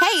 Hey,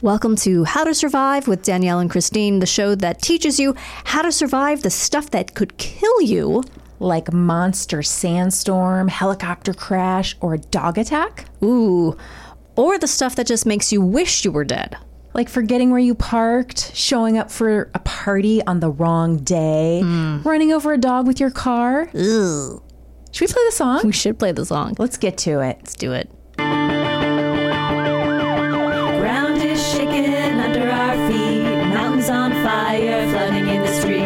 Welcome to How to Survive with Danielle and Christine, the show that teaches you how to survive the stuff that could kill you. Like monster sandstorm, helicopter crash, or dog attack? Ooh, or the stuff that just makes you wish you were dead. Like forgetting where you parked, showing up for a party on the wrong day, running over a dog with your car. Ooh. Should we play the song? We should play the song. Let's get to it. Let's do it. Ground is shaken under our feet. Mountains on fire, flooding in the street.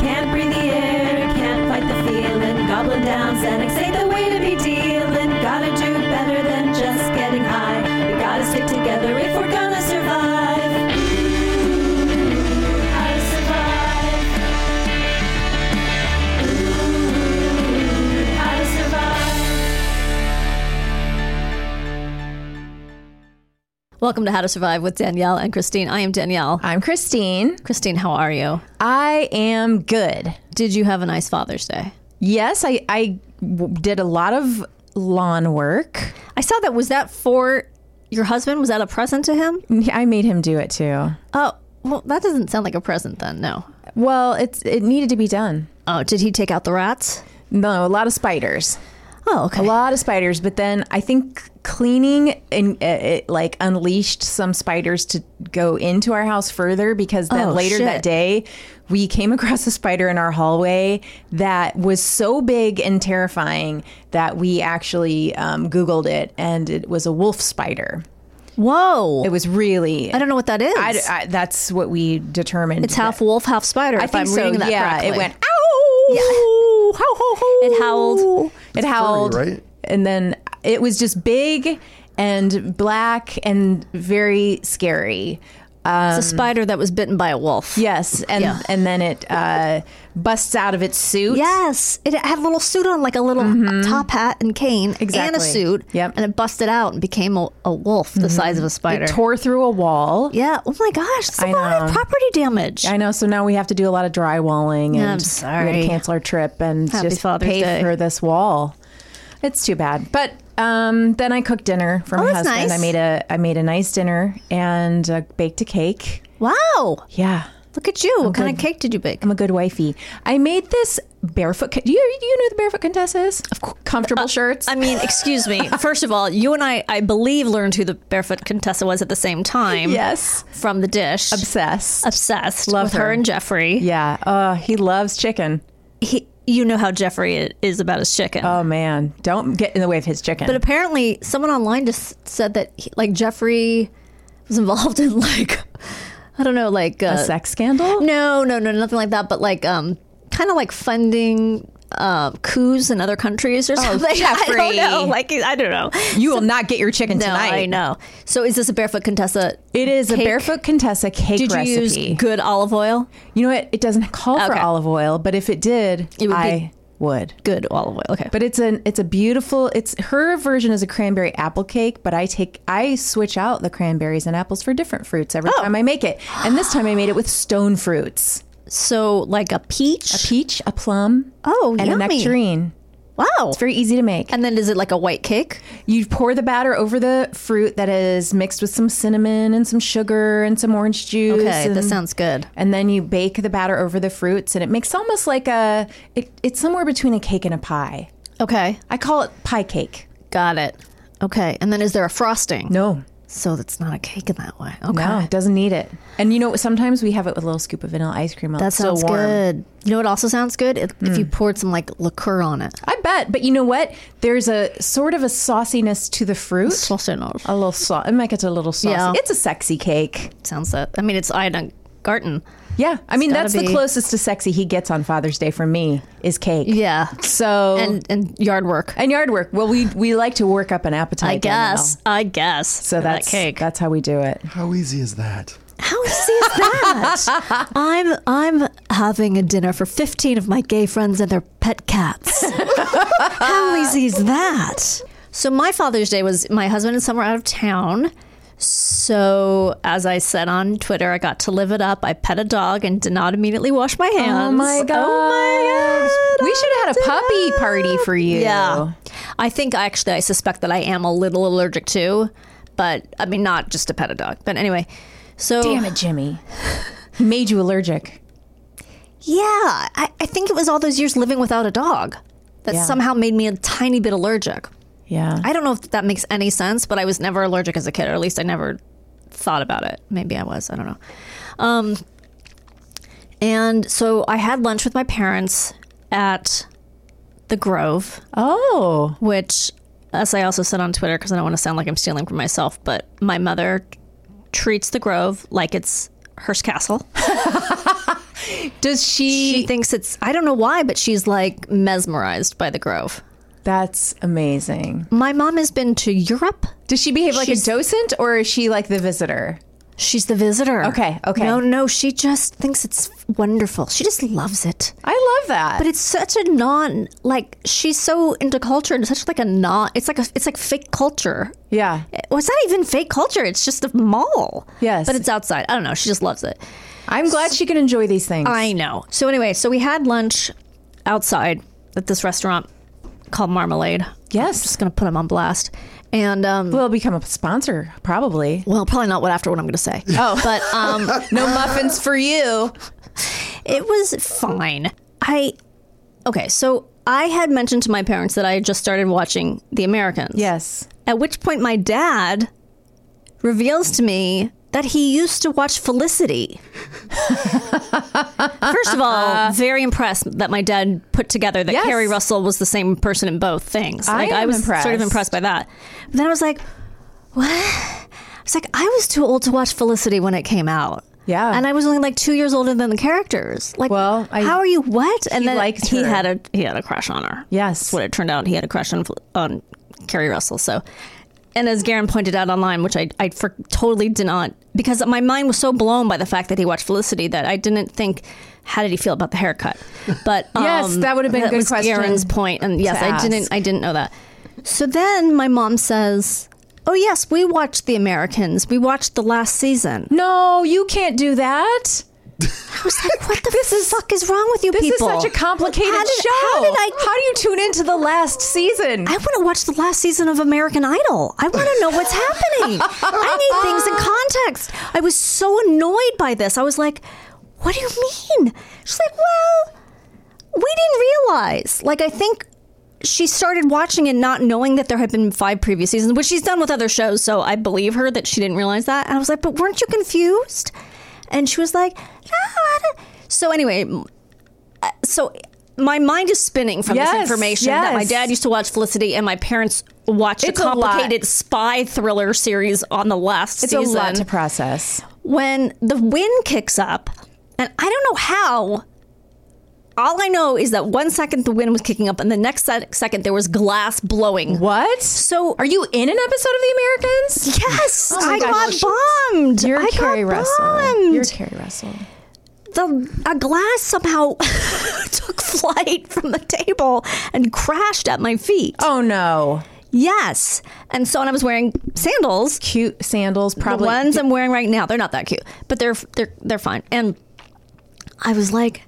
Can't breathe the air, can't fight the feeling. Goblin down, Xanax ain't the way to be dealing. Gotta do better than just getting high. We gotta stick together if we're gonna survive. Ooh, how to survive. Ooh, how to survive. Welcome to How to Survive with Danielle and Christine. I am Danielle. I'm Christine. Christine, how are you? I am good. Did you have a nice Father's Day? Yes, I, I w- did a lot of lawn work. I saw that. Was that for your husband? Was that a present to him? I made him do it too. Oh, well, that doesn't sound like a present then, no. Well, it's it needed to be done. Oh, did he take out the rats? No, a lot of spiders. Oh, okay. A lot of spiders, but then I think cleaning and uh, it like unleashed some spiders to go into our house further because then Oh, later shit. that day we came across a spider in our hallway that was so big and terrifying that we actually um, Googled it and it was a wolf spider. Whoa. It was really. I don't know what that is. I, I- that's what we determined. it's half wolf, half spider. I if think I'm so. reading that yeah, correctly. it went ow. Yeah. How, ho, ho. It howled. It howled. furry, right? And then it was just big and black and very scary. it's a spider that was bitten by a wolf. Yes, and um, Yeah. and then it uh, busts out of its suit. Yes, it had a little suit on, like a little top hat and cane, and Exactly. a suit. Yep. And it busted out and became a, a wolf the size of a spider. It tore through a wall. yeah. Oh my gosh, that's a I lot of know. property damage. I know. So now we have to do a lot of drywalling, and I'm we had sorry. to cancel our trip and Happy just Father's pay Day. for this wall. It's too bad, but um, then I cooked dinner for my Oh, that's husband. nice. I made a I made a nice dinner and uh, baked a cake. wow, Yeah, look at you! what kind of cake did you bake? I'm a good wifey. I made this barefoot. co- Do you do you know who the barefoot contest is? Of course, uh, comfortable shirts. I mean, excuse me. First of all, you and I, I believe, learned who the barefoot contessa was at the same time. yes, From the dish. obsessed. Obsessed Love with her. her. and Jeffrey. yeah, uh, he loves chicken. He, you know how Jeffrey is about his chicken. Oh man, don't get in the way of his chicken. But apparently, someone online just said that he, like Jeffrey was involved in like I don't know, like uh, a sex scandal? no, no, no, nothing like that. But like, um, kind of like funding uh, coups in other countries or something. I don't Oh, Jeffrey. know. Like, I don't know. you will not get your chicken No, tonight. I know. So, is this a barefoot contessa? It is a cake? barefoot Contessa cake Did you recipe. use good olive oil? you know what? It doesn't call for Okay. olive oil, but if it did, It would be I would. Good olive oil. Okay. But it's an it's a beautiful it's her version is a cranberry apple cake, but I take I switch out the cranberries and apples for different fruits every Oh. time I make it. And this time I made it with stone fruits. so like a peach. A peach, a plum, Oh, and yummy. a nectarine. Wow. It's very easy to make. and then is it like a white cake? You pour the batter over the fruit that is mixed with some cinnamon and some sugar and some orange juice. Okay, and, that sounds good. And then you bake the batter over the fruits, and it makes almost like a. It, it's somewhere between a cake and a pie. Okay. I call it pie cake. Got it. Okay. And then is there a frosting? No, So that's not a cake in that way. Okay. no, it doesn't need it. And you know, sometimes we have it with a little scoop of vanilla ice cream. That sounds so warm. Mm. good. You know what also sounds good? If, if you poured some like liqueur on it. I bet. But you know what? There's a sort of a sauciness to the fruit. Sauciness. a little sauce. It might get a little saucy. Yeah. It's a sexy cake. Sounds that. I mean, it's Ina Garten. Yeah, I mean gotta that's the be. closest to sexy he gets on Father's Day from me is cake. Yeah. So and, And and yard work. yard work. Well, we we like to work up an appetite. I by now. guess. I guess. So that's that cake. That's how we do it. How easy is that? How easy is that? I'm I'm having a dinner for 15 of my gay friends and their pet cats. How easy is that? So my Father's Day was my husband and some were out of town. So as I said on Twitter, I got to live it up. I pet a dog and did not immediately wash my hands. Oh my god! Oh my God. We should have had a puppy party for you. Yeah. I think I actually I suspect that I am a little allergic to, but I mean not just to pet a dog. But anyway. So Damn it, Jimmy. He made you allergic. Yeah, I, I think it was all those years living without a dog that Yeah. somehow made me a tiny bit allergic. Yeah. I don't know if that makes any sense, but I was never allergic as a kid, or at least I never thought about it. Maybe I was, I don't know. Um, and so I had lunch with my parents at the Grove, oh. which, as I also said on Twitter, because I don't want to sound like I'm stealing from myself, but my mother treats the Grove like it's Hearst Castle. Does she? she thinks it's I don't know why, but she's like mesmerized by the Grove. that's amazing. My mom has been to Europe. Does she behave like She's- a docent or is she like the visitor? She's the visitor. Okay, okay. No, no, she just thinks it's wonderful. She just loves it. I love that. But it's such a non like she's so into culture and such like a non it's like a it's like fake culture. yeah. Well, it's not Eh, even fake culture, it's just a mall. Yes. But it's outside. I don't know. She just loves it. I'm glad she can enjoy these things. I know. So anyway, so we had lunch outside at this restaurant called Marmalade. Yes. Just gonna put him on blast. And um We'll become a sponsor, probably. Well, probably not what after what I'm going to say. Oh, but um, No muffins for you. it was fine. I okay. So I had mentioned to my parents that I had just started watching The Americans. Yes. At which point, my dad reveals to me that he used to watch Felicity. First of all, very impressed that my dad put together that Uh-huh. Yes. Carrie Russell was the same person in both things. I Like I am was sort of impressed. impressed by that. But then I was like, what? I was like, I was too old to watch Felicity when it came out. Yeah. and I was only like two years older than the characters. Like, Well, I- how are you? What? And he then liked he her. had a he had a crush on her. Yes. That's what it turned out. He had a crush on on Carrie Russell. So, and as Garen pointed out online, which I I for, totally did not because my mind was so blown by the fact that he watched Felicity that I didn't think. How did he feel about the haircut? But Yes, um, that would have been a good was question Garen's point, and yes, to I didn't. I didn't know that. So then my mom says, "Oh yes, we watched The Americans. We watched the last season." No, you can't do that. I was like, "What the fuck is wrong with you This people?" is such a complicated How did- show. How did I? How do you tune into the last season? I want to watch the last season of American Idol. I want to know what's happening. I need things in context. I was so annoyed by this. I was like, what do you mean? She's like, well, we didn't realize. Like, I think she started watching and not knowing that there had been five previous seasons, which she's done with other shows. So I believe her that she didn't realize that. And I was like, but weren't you confused? And she was like, no, I don't. So anyway, uh, so my mind is spinning from Yes, this information that my yes. dad used to watch Felicity and my parents watched It's a a lot. complicated spy thriller series on the last it's season. a lot to process. when the wind kicks up, and I don't know how. All I know is that one second the wind was kicking up, and the next se- second there was glass blowing. What? So are you in an episode of The Americans? Yes, Oh my I gosh. got bombed. You're I Carrie got Russell. bombed. You're Carrie Russell. the a glass somehow took flight from the table and crashed at my feet. Oh no. Yes. And so and I was wearing sandals. Cute sandals, probably. The ones I'm wearing right now, they're not that cute, but they're they're they're fine. And I was like,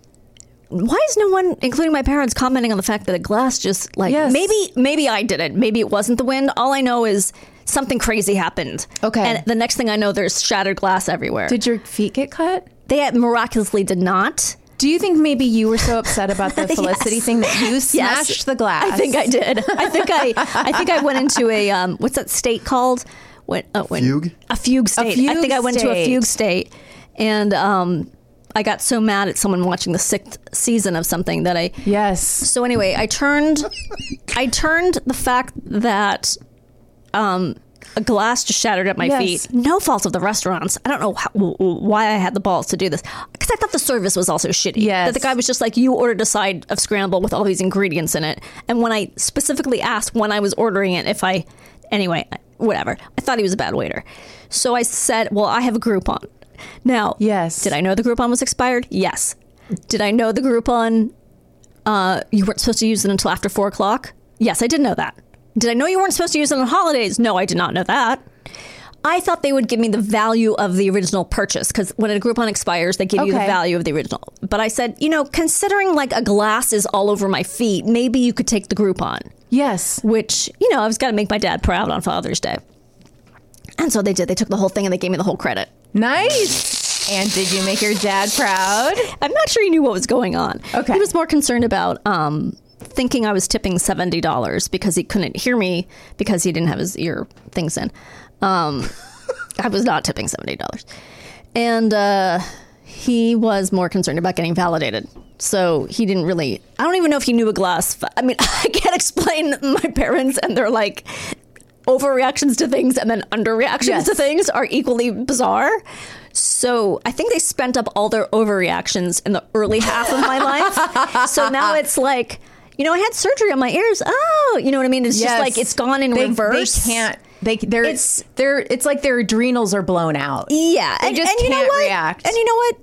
why is no one, including my parents, commenting on the fact that a glass just like Yes. maybe maybe I did it, maybe it wasn't the wind. All I know is something crazy happened. Okay. And the next thing I know, there's shattered glass everywhere. Did your feet get cut? they miraculously did not. Do you think maybe you were so upset about the Felicity Yes. thing that you smashed the glass? I think I did. I think I I think I went into a um, what's that state called? What uh, when, Fugue? A fugue state. I fugue think I went into a state. fugue state, and um, I got so mad at someone watching the sixth season of something that I. Yes. So anyway, I turned, I turned the fact that, um. A glass just shattered at my Yes. feet. No fault of the restaurants. I don't know how, w- w- why I had the balls to do this because I thought the service was also shitty. Yes. That the guy was just like, you ordered a side of scramble with all these ingredients in it. And when I specifically asked when I was ordering it, if I, anyway, whatever, I thought he was a bad waiter. So I said, well, I have a Groupon. Now, Yes. Did I know the Groupon was expired? Yes. Did I know the Groupon, uh, you weren't supposed to use it until after four o'clock? Yes, I did know that. Did I know you weren't supposed to use it on holidays? No, I did not know that. I thought they would give me the value of the original purchase because when a Groupon expires, they give you the Okay. value of the original. But I said, you know, considering like a glass is all over my feet, maybe you could take the Groupon, Yes. which, you know, I was got to make my dad proud on Father's Day. And so they did. They took the whole thing and they gave me the whole credit. Nice. And did you make your dad proud? I'm not sure he knew what was going on. Okay. He was more concerned about um, thinking I was tipping $70 because he couldn't hear me because he didn't have his ear things in. Um, I was not tipping $70. And uh, he was more concerned about getting validated. So he didn't really, I don't even know if he knew a glass. I mean, I can't explain my parents and they're like, overreactions to things and then underreactions Yes. to things are equally bizarre. So I think they spent up all their overreactions in the early half of my life. So now it's like, you know, I had surgery on my ears. Oh, you know what I mean? It's just Yes. like it's gone in They- reverse. They can't. They they're It's- it's they're it's like their adrenals are blown out. Yeah, They and, just and you know can't what? react. And you know what?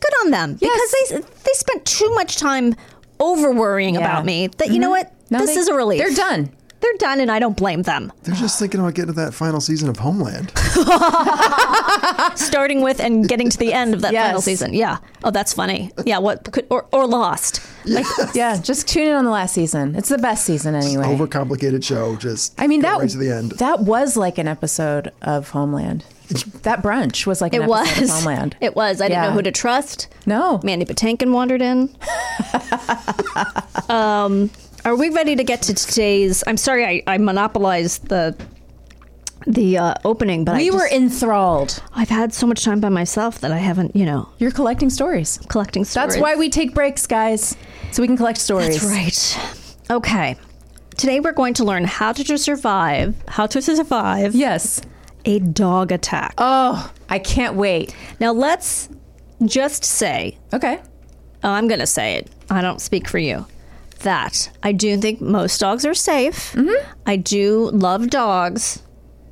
Good on them because they they spent too much time over worrying about me. That you know what? Mm-hmm. No, this they- is a relief. They're done. They're done, and I don't blame them. They're just thinking about getting to that final season of Homeland. starting with and getting to the end of that Yes. final season. Yeah. Oh, that's funny. Yeah. What could or, or lost? Like, Yeah, just tune in on the last season. It's the best season anyway. Overcomplicated show. Just I mean go that right to the end. That was like an episode of Homeland. That brunch was like an it episode was. of Homeland. It was. I didn't know Yeah. who to trust. no. Mandy Patinkin wandered in. um, are we ready to get to today's? I'm sorry, I, I monopolized the the uh, opening, but I we just- were enthralled. I've had so much time by myself that I haven't, you know, You're collecting stories. collecting stories. That's why we take breaks, guys, so we can collect stories. That's right. Okay. Today we're going to learn how to survive, how to survive Yes. a dog attack. Oh, I can't wait. Now let's just say, Okay. oh, I'm going to say it. I don't speak for you. That I do think most dogs are safe. Mm-hmm. I do love dogs,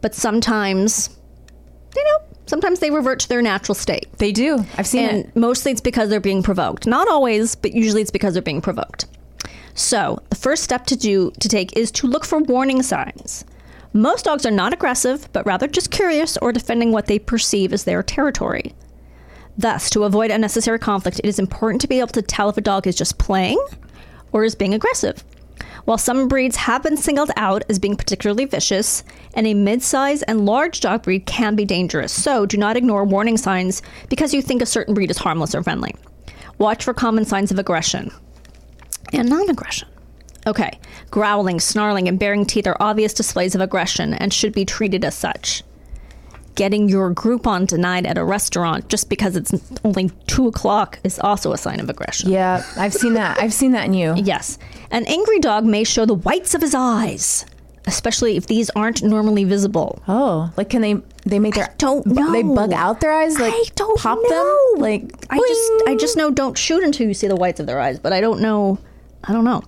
but sometimes, you know, sometimes they revert to their natural state. They do. I've seen And it. mostly it's because they're being provoked. Not always, but usually it's because they're being provoked. So the first step to do to take is to look for warning signs. Most dogs are not aggressive, but rather just curious or defending what they perceive as their territory. Thus, to avoid unnecessary conflict, it is important to be able to tell if a dog is just playing or is being aggressive. While some breeds have been singled out as being particularly vicious, and a midsize and large dog breed can be dangerous, so do not ignore warning signs because you think a certain breed is harmless or friendly. Watch for common signs of aggression and non aggression. Okay, growling, snarling, and baring teeth are obvious displays of aggression and should be treated as such getting your Groupon denied at a restaurant just because it's only two o'clock is also a sign of aggression. Yeah, I've seen that. I've seen that in you. Yes. An angry dog may show the whites of his eyes, especially if these aren't normally visible. Oh, like can they? They make their don't bu- They know. bug out their eyes. Like I don't pop know. them. Like I just I just know don't shoot until you see the whites of their eyes, but I don't know I don't know.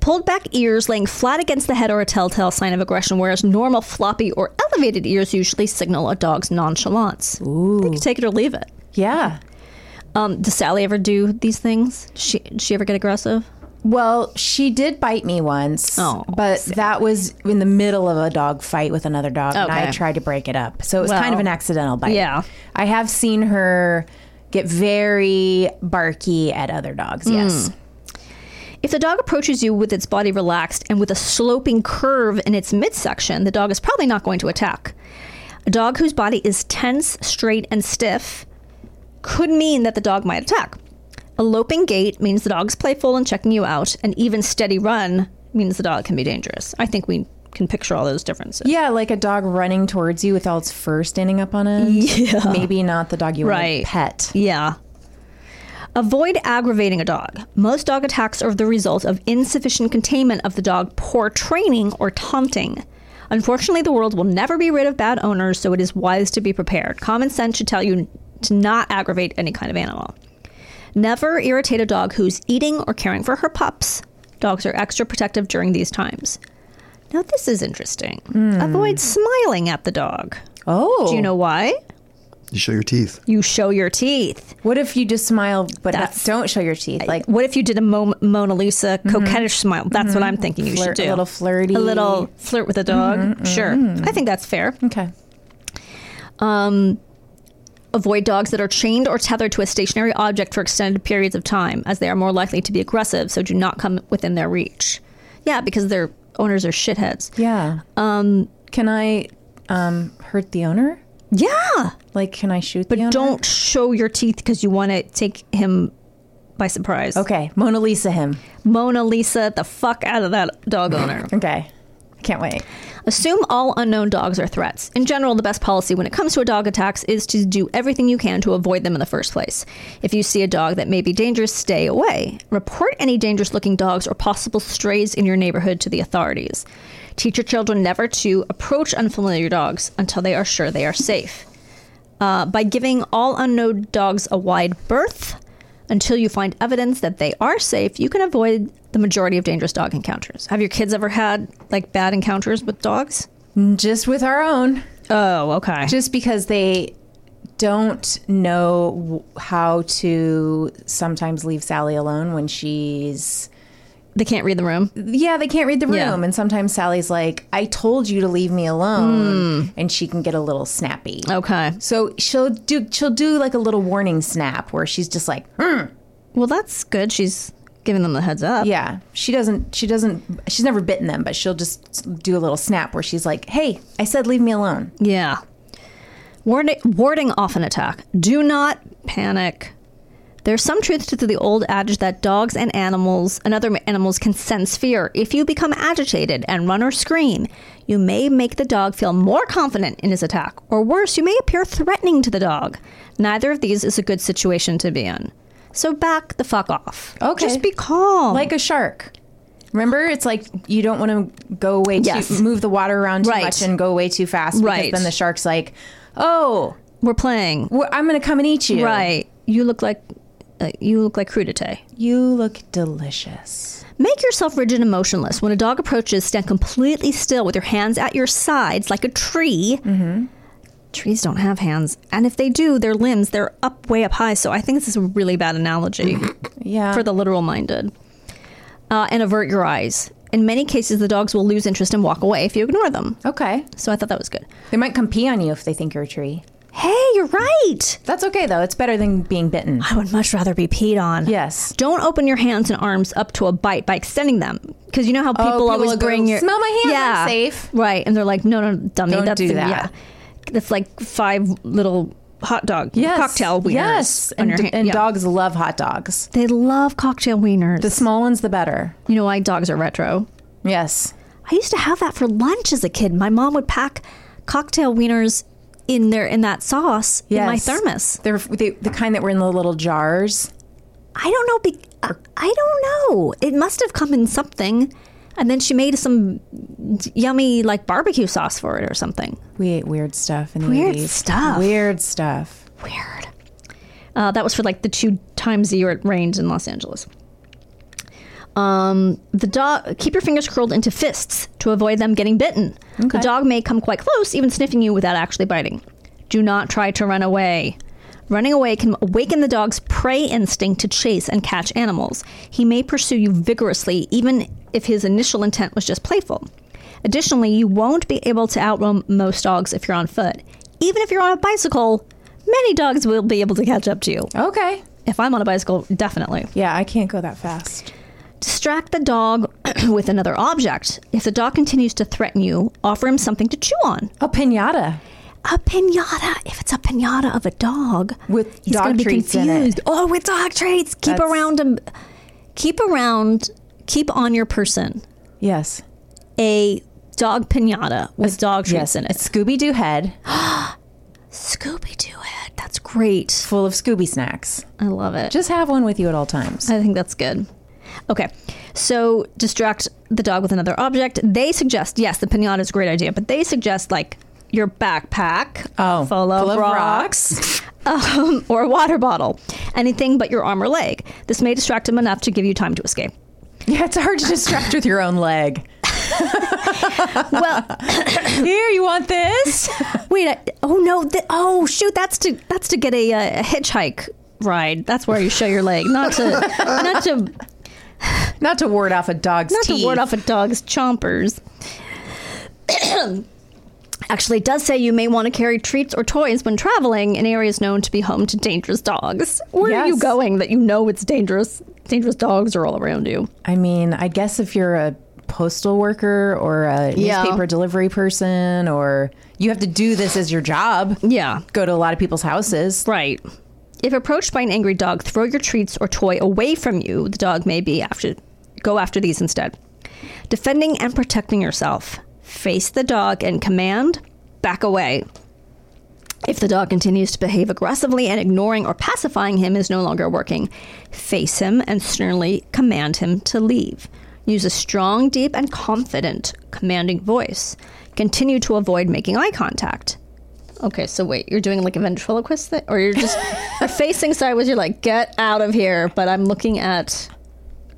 Pulled back ears laying flat against the head are a telltale sign of aggression, whereas normal floppy or elevated ears usually signal a dog's nonchalance. Ooh. They can take it or leave it. yeah. Um, does Sally ever do these things? Does she does she ever get aggressive? Well, she did bite me once, Oh, but that was in the middle of a dog fight with another dog, and I Okay. tried to break it up. So it was kind Well, of an accidental bite. yeah. I have seen her get very barky at other dogs. Yes. If the dog approaches you with its body relaxed and with a sloping curve in its midsection, the dog is probably not going to attack. A dog whose body is tense, straight, and stiff could mean that the dog might attack. A loping gait means the dog's playful and checking you out. An even steady run means the dog can be dangerous. I think we can picture all those differences. Yeah, like a dog running towards you with all its fur standing up on it. Yeah. Maybe not the dog you Right. want to pet. Yeah. Avoid aggravating a dog. Most dog attacks are the result of insufficient containment of the dog, poor training, or taunting. Unfortunately, the world will never be rid of bad owners, so it is wise to be prepared. Common sense should tell you to not aggravate any kind of animal. Never irritate a dog who's eating or caring for her pups. Dogs are extra protective during these times. Now, this is interesting. Avoid smiling at the dog. Hmm. Oh. Do you know why? You show your teeth. You show your teeth. What if you just smile but not- don't show your teeth? Like What if you did a Mo- Mona Lisa coquettish smile? That's what I'm thinking you should Mm-hmm. flirt, do. a little flirty. Mm-hmm, A little flirt with a dog. Sure. I think that's fair. Okay. Avoid dogs that are chained or tethered to a stationary object for extended periods of time, as they are more likely to be aggressive, so do not come within their reach. Yeah, because their owners are shitheads. Yeah. Um, can I um, hurt the owner? Yeah. Like, can I shoot But the owner? don't show your teeth because you want to take him by surprise. Okay, Mona Lisa him. Mona Lisa the fuck out of that dog owner. Okay. I can't wait. Assume all unknown dogs are threats. In general, the best policy when it comes to a dog attacks is to do everything you can to avoid them in the first place. If you see a dog that may be dangerous, stay away. Report any dangerous looking dogs or possible strays in your neighborhood to the authorities. Teach your children never to approach unfamiliar dogs until they are sure they are safe. Uh, by giving all unknown dogs a wide berth until you find evidence that they are safe, you can avoid the majority of dangerous dog encounters. Have your kids ever had like bad encounters with dogs? Just with our own, Oh, okay. just because they don't know w- how to sometimes leave Sally alone when she's. they can't read the room. Yeah, they can't read the room. Yeah. And sometimes Sally's like, I told you to leave me alone. And she can get a little snappy. Hmm. Okay. So she'll do she'll do like a little warning snap where she's just like Well, that's good. She's giving them the heads up. Yeah, she doesn't. She doesn't. She's never bitten them, but she'll just do a little snap where she's like, "Hey, I said leave me alone." Yeah. Warding, warding off an attack. Do not panic. There's some truth to the old adage that dogs and animals and other animals can sense fear. If you become agitated and run or scream, you may make the dog feel more confident in his attack, or worse, you may appear threatening to the dog. Neither of these is a good situation to be in. So back the fuck off. Okay. Just be calm. Like a shark. Remember, it's like you don't want to go away. Yes. Too, move the water around too Right. much and go away too fast. Because Right. Then the shark's like, "Oh, we're playing. well, I'm going to come and eat you." Right. You look like uh, you look like crudité. You look delicious. Make yourself rigid and motionless. When a dog approaches, stand completely still with your hands at your sides like a tree. Mm-hmm. Trees don't have hands. And if they do, their limbs, they're up way up high. So I think this is a really bad analogy Yeah. for the literal minded. Uh, and avert your eyes. In many cases, the dogs will lose interest and walk away if you ignore them. okay. So I thought that was good. They might come pee on you if they think you're a tree. Hey, you're right. That's okay though. It's better than being bitten. I would much rather be peed on. Yes. Don't open your hands and arms up to a bite by extending them because you know how people, Oh, people always will go, bring your "Smell my hands, I'm safe." right? And they're like, no, no, dummy, Don't that's do the- that. Yeah. That's like five little hot dog cocktail wieners Yes. on And, your hand. and yeah. dogs love hot dogs. they love cocktail wieners. The small ones, the better. you know why dogs are retro? Yes. I used to have that for lunch as a kid. My mom would pack cocktail wieners in there in that sauce in my Yes. thermos. They're the, the kind that were in the little jars. I don't know. Be- I- I don't know. It must have come in something. And then she made some yummy, like barbecue sauce for it or something. We ate weird stuff in the Weird 80s. stuff. Weird stuff. Weird. Uh, that was for like the two times a year it rained in Los Angeles. Um, the dog keep your fingers curled into fists to avoid them getting bitten. The dog may come quite close, even sniffing you without actually biting. Do not try to run away. Running away can awaken the dog's prey instinct to chase and catch animals. He may pursue you vigorously, even if his initial intent was just playful. Additionally, you won't be able to outrun most dogs if you're on foot. Even if you're on a bicycle, many dogs will be able to catch up to you. Okay. If I'm on a bicycle, definitely. Yeah, I can't go that fast. Distract the dog with another object. If the dog continues to threaten you, offer him something to chew on. A Oh, pinata. A pinata. If it's a pinata of a dog, With he's dog gonna be treats in it. confused. Oh, with dog treats. Keep That's- around him. Keep around. Keep on your person Yes. a dog pinata with dog treats in it. Scooby Doo head Scooby Doo head. That's great. full of Scooby snacks. I love it. Just have one with you at all times. I think that's good. Okay. So distract the dog with another object. They suggest, yes, the pinata is a great idea, but they suggest like your backpack Oh, full of full of rocks, um, or a water bottle, anything but your arm or leg. This may distract him enough to give you time to escape. Yeah, it's hard to distract with your own leg. Well, Here, you want this? wait. I, oh no. Th- oh shoot. That's to that's to get a, uh, a hitchhike ride. That's where you show your leg, not to not to Not to ward off a dog's not teeth. to ward off a dog's chompers. Actually, it does say you may want to carry treats or toys when traveling in areas known to be home to dangerous dogs. Where are you Yes. going that you know it's dangerous? Dangerous dogs are all around you. I mean, I guess if you're a postal worker or a Yeah. newspaper delivery person, or you have to do this as your job, Yeah, go to a lot of people's houses. right. If approached by an angry dog, throw your treats or toy away from you. The dog may be after go after these instead. Defending and protecting yourself. Face the dog and command, back away. If the dog continues to behave aggressively and ignoring or pacifying him is no longer working, face him and sternly command him to leave. Use a strong, deep, and confident commanding voice. Continue to avoid making eye contact. Okay, so wait, you're doing like a ventriloquist thing? Or you're just you're facing sideways, you're like, get out of here, but I'm looking at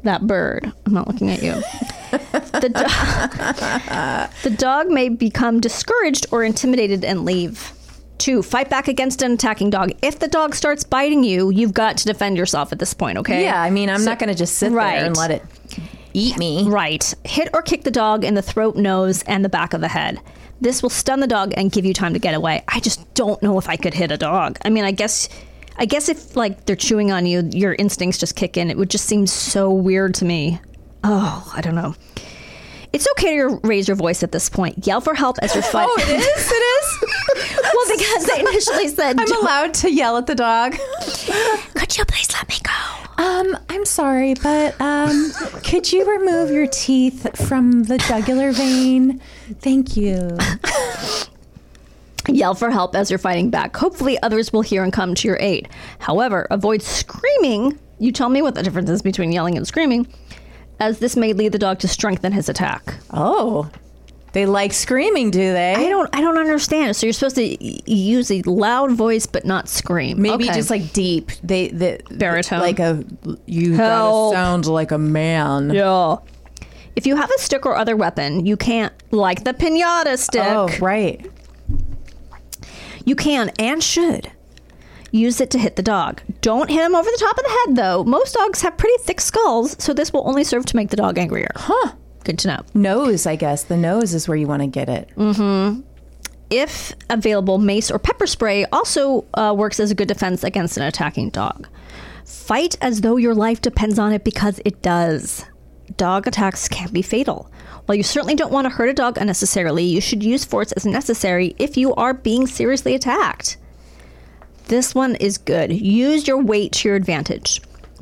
that bird. I'm not looking at you. the, do- the dog may become discouraged or intimidated and leave. Two, fight back against an attacking dog. If the dog starts biting you, you've got to defend yourself at this point, okay? Yeah, I mean, I'm not going to just sit Right. there and let it eat me. Right. Hit or kick the dog in the throat, nose, and the back of the head. This will stun the dog and give you time to get away. I just don't know if I could hit a dog. I mean, I guess I guess if like they're chewing on you, your instincts just kick in. It would just seem so weird to me. Oh, I don't know. It's okay to raise your voice at this point. Yell for help as your foot. Oh, it is. It is. well, because they initially said, I'm allowed to yell at the dog. "Could you please let me go?" Um, I'm sorry, but um, could you remove your teeth from the jugular vein? Thank you. Yell for help as you're fighting back. Hopefully, others will hear and come to your aid. However, avoid screaming. You tell me what the difference is between yelling and screaming, as this may lead the dog to strengthen his attack. Oh, they like screaming, do they? I don't, I don't understand. So you're supposed to y- use a loud voice but not scream. Maybe Okay. just like deep. They the Baritone. Like a you Help. gotta sound like a man. yeah. If you have a stick or other weapon, you can't like the pinata stick. Oh, right. You can and should use it to hit the dog. Don't hit him over the top of the head, though. Most dogs have pretty thick skulls, so this will only serve to make the dog angrier. Huh. Good to know. Nose, I guess. The nose is where you want to get it. Mm. If available, mace or pepper spray also uh, works as a good defense against an attacking dog. Fight as though your life depends on it because it does. Dog attacks can be fatal. While you certainly don't want to hurt a dog unnecessarily, you should use force as necessary if you are being seriously attacked. This one is good. Use your weight to your advantage.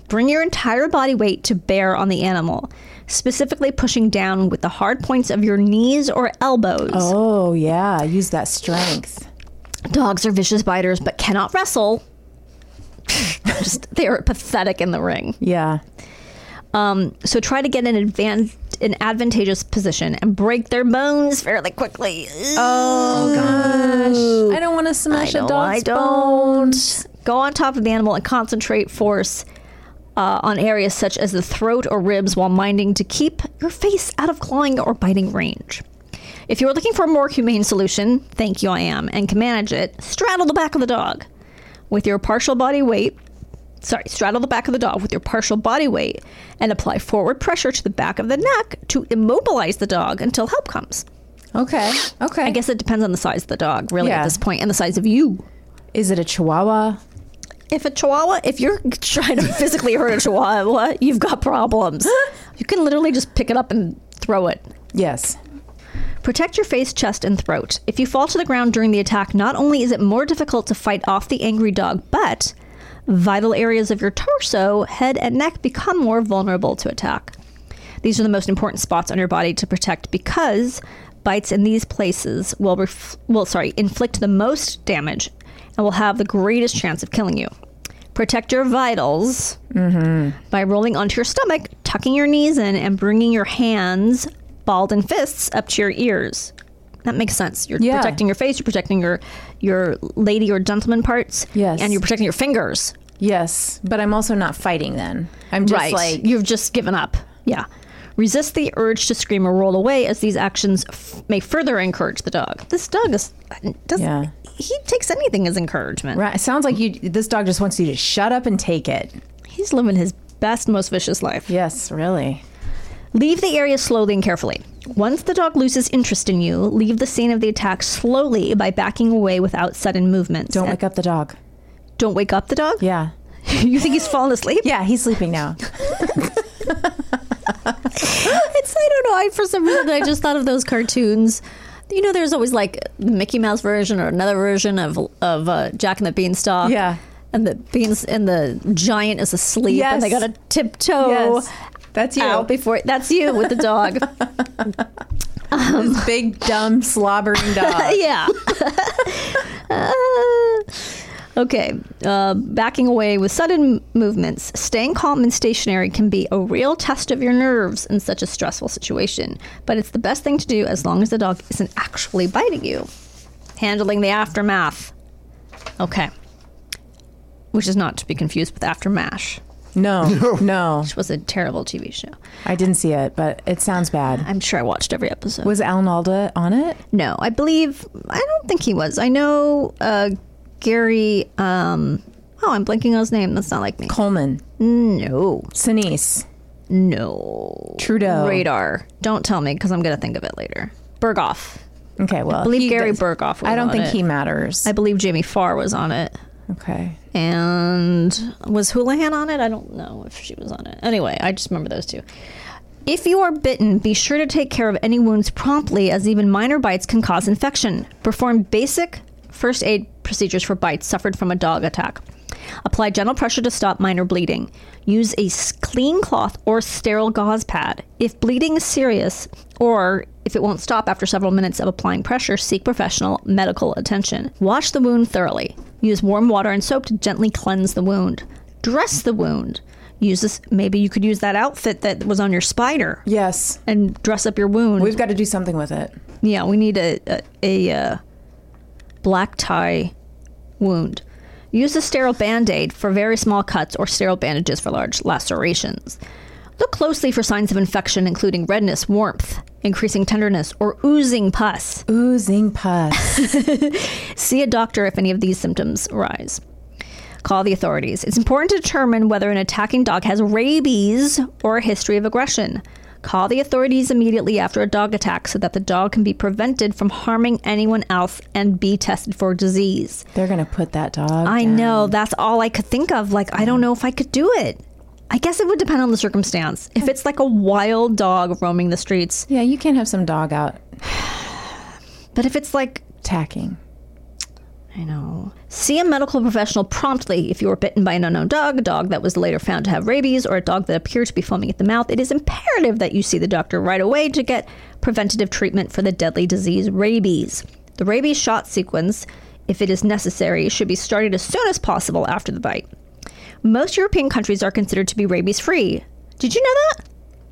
Bring your entire body weight to bear on the animal, specifically pushing down with the hard points of your knees or elbows. Oh yeah, use that strength. Dogs are vicious biters but cannot wrestle. Just they are pathetic in the ring. Yeah. Um, so try to get an advan an advantageous position and break their bones fairly quickly. Oh I don't want to smash a No, dog's I bone. don't. Go on top of the animal and concentrate force uh, on areas such as the throat or ribs while minding to keep your face out of clawing or biting range. If you are looking for a more humane solution, thank you, I am, and can manage it, straddle the back of the dog. with your partial body weight. Sorry, straddle the back of the dog with your partial body weight and apply forward pressure to the back of the neck to immobilize the dog until help comes. Okay. Okay. I guess it depends on the size of the dog, really, Yeah. at this point, and the size of you. Is it a Chihuahua? If a chihuahua, if you're trying to physically hurt a chihuahua, you've got problems. You can literally just pick it up and throw it. Yes. Protect your face, chest, and throat. If you fall to the ground during the attack, not only is it more difficult to fight off the angry dog, but vital areas of your torso, head, and neck become more vulnerable to attack. These are the most important spots on your body to protect because bites in these places will ref- will sorry, inflict the most damage and will have the greatest chance of killing you. Protect your vitals Mm-hmm. by rolling onto your stomach, tucking your knees in, and bringing your hands, balled and fists, up to your ears. That makes sense. You're Yeah. protecting your face. You're protecting your your lady or gentleman parts. Yes. and you're protecting your fingers. Yes. But I'm also not fighting then. I'm just like you've just given up. Yeah. Resist the urge to scream or roll away, as these actions f- may further encourage the dog. This dog is uh, doesn't. Yeah. He takes anything as encouragement. Right. It sounds like you this dog just wants you to shut up and take it. He's living his best, most vicious life. Yes, really. Leave the area slowly and carefully. Once the dog loses interest in you, leave the scene of the attack slowly by backing away without sudden movements. Don't And- wake up the dog. don't wake up the dog. Yeah. you think he's fallen asleep? Yeah, he's sleeping now. It's I don't know. I for some reason I just thought of those cartoons. You know, there's always like the Mickey Mouse version or another version of of uh, Jack and the Beanstalk. Yeah. and the beans and the giant is asleep, and they Yes. got to tiptoe That's you. out before. Oh, That's you with the dog. This big dumb slobbering dog. yeah. Uh, okay. Uh, backing away with sudden movements, staying calm and stationary can be a real test of your nerves in such a stressful situation. But it's the best thing to do as long as the dog isn't actually biting you. Handling the aftermath. Okay. Which is not to be confused with Aftermash, No, no. which was a terrible TV show. I didn't see it, but it sounds bad. I'm sure I watched every episode. Was Alan Alda on it? No, I believe I don't think he was. I know uh, Gary. Um, oh, I'm blanking on his name. That's not like me. Coleman, No, Sinise, no. Trudeau. Radar. Don't tell me because I'm gonna think of it later. Berghoff. Okay, well, I believe Gary Berghoff was I don't on think it. he matters. I believe Jamie Farr was on it, okay, and was Houlihan on it? I don't know if she was on it. Anyway, I just remember those two. If you are bitten, be sure to take care of any wounds promptly, as even minor bites can cause infection. Perform basic first aid procedures for bites suffered from a dog attack. Apply gentle pressure to stop minor bleeding. Use a s- clean cloth or sterile gauze pad. If bleeding is serious, or if it won't stop after several minutes of applying pressure, seek professional medical attention. Wash the wound thoroughly. Use warm water and soap to gently cleanse the wound. Dress the wound use this maybe you could use that outfit that was on your spider yes, and dress up your wound we've got to do something with it. yeah we need a, a, a, uh black tie wound use a sterile band-aid for very small cuts or sterile bandages for large lacerations look closely for signs of infection including redness warmth increasing tenderness or oozing pus Oozing pus. See a doctor if any of these symptoms arise. Call the authorities. It's important to determine whether an attacking dog has rabies or a history of aggression. Call the authorities immediately after a dog attack so that the dog can be prevented from harming anyone else and be tested for disease. They're gonna put that dog. I down. know, that's all I could think of. Like, I don't know if I could do it. I guess it would depend on the circumstance. If it's like a wild dog roaming the streets, Yeah, you can't have some dog out but if it's like attacking. I know. See a medical professional promptly if you were bitten by an unknown dog, a dog that was later found to have rabies, or a dog that appeared to be foaming at the mouth. It is imperative that you see the doctor right away to get preventative treatment for the deadly disease rabies. The rabies shot sequence, if it is necessary, should be started as soon as possible after the bite. Most European countries are considered to be rabies free. Did you know that?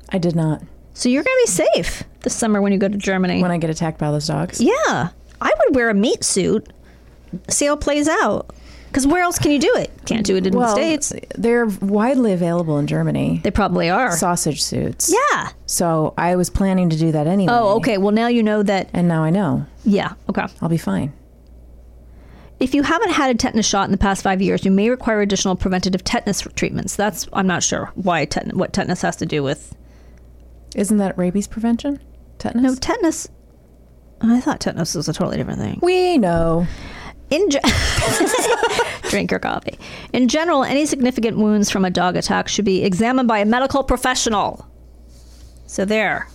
I did not. So you're going to be safe this summer when you go to Germany. When I get attacked by all those dogs, Yeah, I would wear a meat suit. See how it plays out. Because where else can you do it? Can't do it in the states. they're widely available in Germany. They probably are. Sausage suits. yeah. So I was planning to do that anyway. Oh, okay. Well, now you know that. And now I know. Yeah. Okay. I'll be fine. If you haven't had a tetanus shot in the past five years, you may require additional preventative tetanus treatments. That's I'm not sure why tetan- what tetanus has to do with Isn't that rabies prevention? Tetanus? no tetanus. I thought tetanus was a totally different thing. we know. In ge- drink your coffee. In general, any significant wounds from a dog attack should be examined by a medical professional. So there.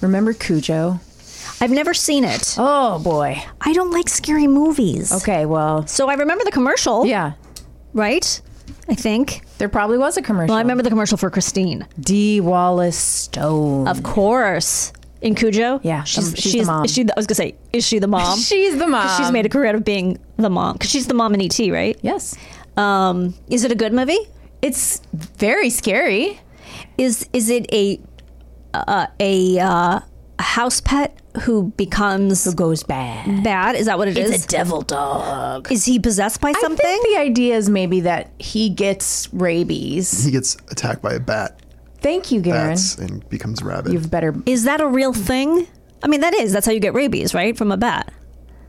Remember Cujo? I've never seen it. Oh boy. I don't like scary movies. Okay, well, So I remember the commercial, yeah. right? I think. There probably was a commercial. Well, I remember the commercial for Christine. D. Wallace Stone. Of course. In Cujo? Yeah, the- She's, she's the mom. um, Is she, I was going to say, is she the mom? She's the 'Cause She's mom. made a career of being the mom. Because she's the mom in E.T., right? yes. Um, is it a good movie? It's very scary. Is is it a uh, a uh, house pet who becomes Goes bad. bad? Is that what it's a devil dog. Is he possessed by I something? think the idea is maybe that he gets rabies. He gets attacked by a bat, Thank you, Garen. bats, and becomes rabid. You've better. is that a real thing? I mean, that is. That's how you get rabies, right? From a bat.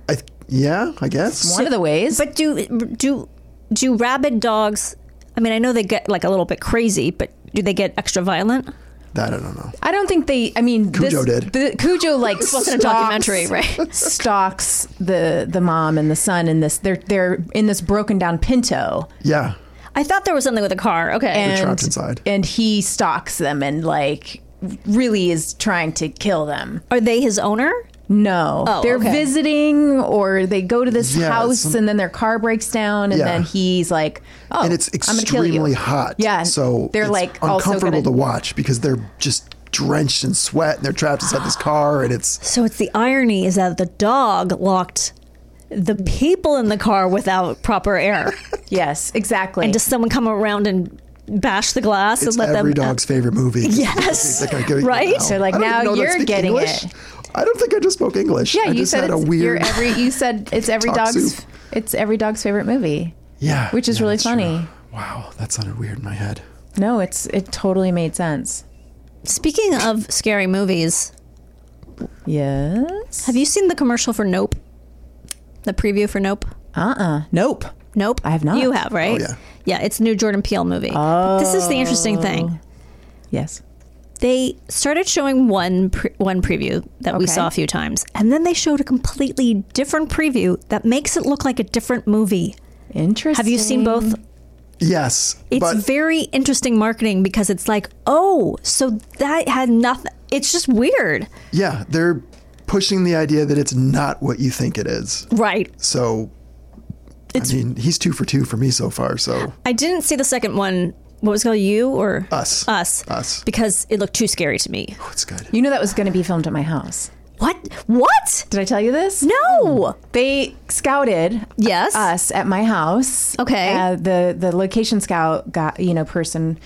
I th- yeah, I guess. One of the ways. But do do do rabid dogs? I mean, I know they get like a little bit crazy, but do they get extra violent? That I don't know. I don't think they. I mean, Cujo this, did. The, Cujo like wasn't a stalks- documentary, right? stalks the the mom and the son in this. They're they're in this broken down Pinto, Yeah, I thought there was something with a car. Okay, and trapped inside. and he stalks them and like really is trying to kill them. are they his owner? No, Oh, they're okay. visiting or they go to this Yeah, house some- and then their car breaks down and Yeah. then he's like, oh, and it's I'm gonna kill extremely you. hot. Yeah, so they're it's like also gonna- uncomfortable to watch because they're just drenched in sweat and they're trapped inside this car, and it's So it's the irony is that the dog locked the people in the car without proper air. Yes, exactly. and does someone come around and bash the glass it's and let every them? uh, dog's favorite movie. Yes. Like, I get- Right? you know, So, like, I don't now even know that I you're speak getting English. it. I don't think I just spoke English. yeah, I you just said had a it's your weird. every. You said it's every Talk dog's. soup. It's every dog's favorite movie. yeah, which is yeah, really that's true. funny. Wow, that sounded weird in my head. No, it's it totally made sense. Speaking of scary movies, Yes. have you seen the commercial for Nope? The preview for Nope. Uh uh Nope. Nope. I have not. You have, right? Oh, yeah. Yeah, it's a new Jordan Peele movie. Oh. This is the interesting thing. Yes. They started showing one pre- one preview that we Okay. saw a few times, and then they showed a completely different preview that makes it look like a different movie. Interesting. Have you seen both? Yes, It's but very interesting marketing because it's like, oh, so that had nothing. It's just weird, yeah, they're pushing the idea that it's not what you think it is. right? So, I mean, he's two for two for me so far. So I didn't see the second one. What was it called you or us, Us. Us. Because it looked too scary to me. Oh, it's good. You know that was going to be filmed at my house. What? What? Did I tell you this? No. Uh, They scouted Yes. us at my house. Okay. Uh, the the location scout got you know person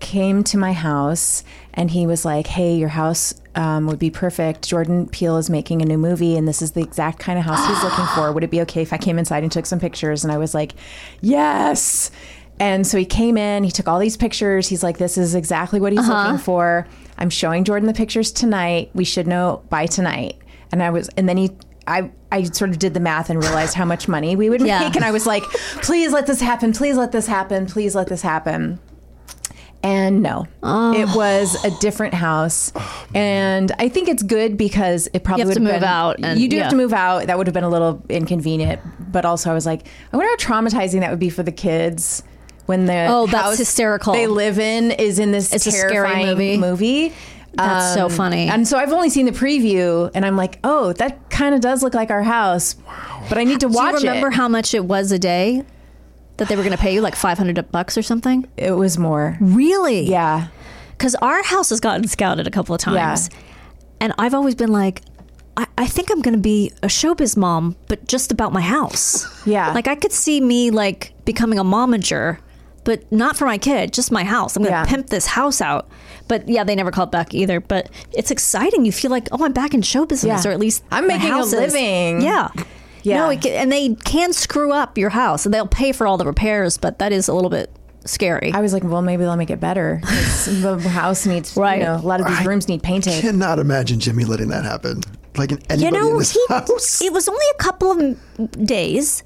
came to my house and he was like, "Hey, your house um, would be perfect. Jordan Peele is making a new movie, and this is the exact kind of house he's looking for. Would it be okay if I came inside and took some pictures?" And I was like, "Yes." And so he came in, he took all these pictures. He's like, this is exactly what he's looking for. I'm showing Jordan the pictures tonight. We should know by tonight. And I was, and then he, I, I sort of did the math and realized how much money we would Yeah. make. And I was like, please let this happen. Please let this happen. Please let this happen. And no, it Oh. was a different house. and I think it's good because it probably have would to have move been, out and- you do yeah. have to move out. That would have been a little inconvenient. But also, I was like, I wonder how traumatizing that would be for the kids when the Oh, that's house hysterical. they live in is in this It's a scary terrifying movie. movie. Um, That's so funny. And so I've only seen the preview, and I'm like, oh, that kind of does look like our house. But I need to Do watch you remember it. how much it was a day that they were going to pay you, like five hundred bucks or something? it was more. Really? Yeah. Because our house has gotten scouted a couple of times, and I've always been like, I, I think I'm going to be a showbiz mom, but just about my house. Yeah. Like I could see me like becoming a momager, but not for my kid, just my house. I'm going to Yeah. pimp this house out. But yeah, they never called back either. But it's exciting. You feel like, oh, I'm back in show business, Yeah. or at least I'm my making a house is. living. Yeah. Yeah. No, it can, and they can screw up your house, and they'll pay for all the repairs, but that is a little bit scary. I was like, well, maybe they'll make it better. 'cause the house needs, Right. you know, a lot of these I rooms need painting. Cannot imagine Jimmy letting that happen. Like in anybody in this house. it was only a couple of m- days,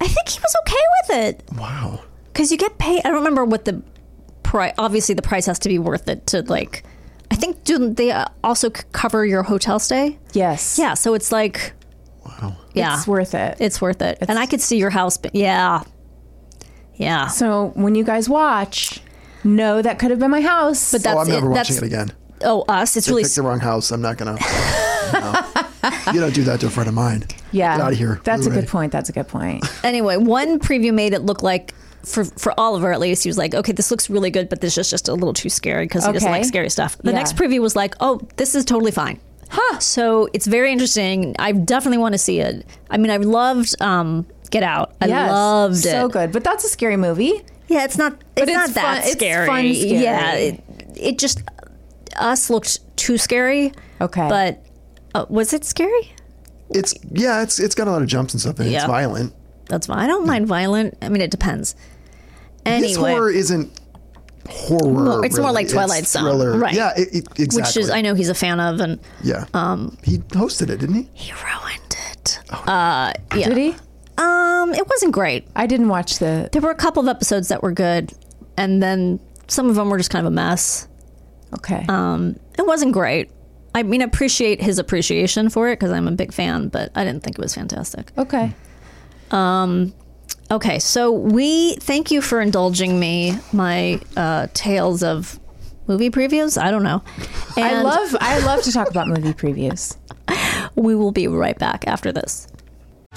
I think he was okay with it Wow. Oh, because you get paid. I don't remember what the price. Obviously, the price has to be worth it to like. I think do they uh, also c- cover your hotel stay? Yes. Yeah, so it's like. Wow. Yeah, It's worth it. It's worth it, and I could see your house. But yeah, yeah. so when you guys watch, no, that could have been my house. But That's oh, I'm never it. watching That's- it again. Oh, us. It's They really picked the wrong house. I'm not gonna. no. You don't do that to a friend of mine. yeah, Get out of here. That's a Blu-ray. good point. That's a good point. anyway, one preview made it look like for for Oliver at least, he was like, "Okay, this looks really good, but this is just a little too scary because he doesn't Okay. like scary stuff." The Yeah. next preview was like, "Oh, this is totally fine." Huh. So it's very interesting. I definitely want to see it. I mean, I loved um, Get Out. I Yes. loved it. So good. But that's a scary movie. Yeah, it's not. It's it's not that fun- it's scary. fun scary. Yeah, it, it just us looked too scary. Okay. But uh, was it scary? It's yeah. It's it's got a lot of jumps and stuff, and Yeah. it's violent. That's fine. I don't mind violent. I mean, it depends. Anyway, This horror isn't horror. Well, it's more really. like Twilight it's Zone, thriller. right. Yeah. It, it, exactly. which is I know he's a fan of, and Yeah. Um. He hosted it, didn't he? he ruined it. Oh. Uh, Did he? Um, it wasn't great. I didn't watch the. There were a couple of episodes that were good, and then some of them were just kind of a mess. Okay. Um, It wasn't great. I mean, I appreciate his appreciation for it because I'm a big fan, but I didn't think it was fantastic. okay. Okay, so we thank you for indulging me my uh, tales of movie previews. I don't know. I And love. I love to talk about movie previews. We will be right back after this.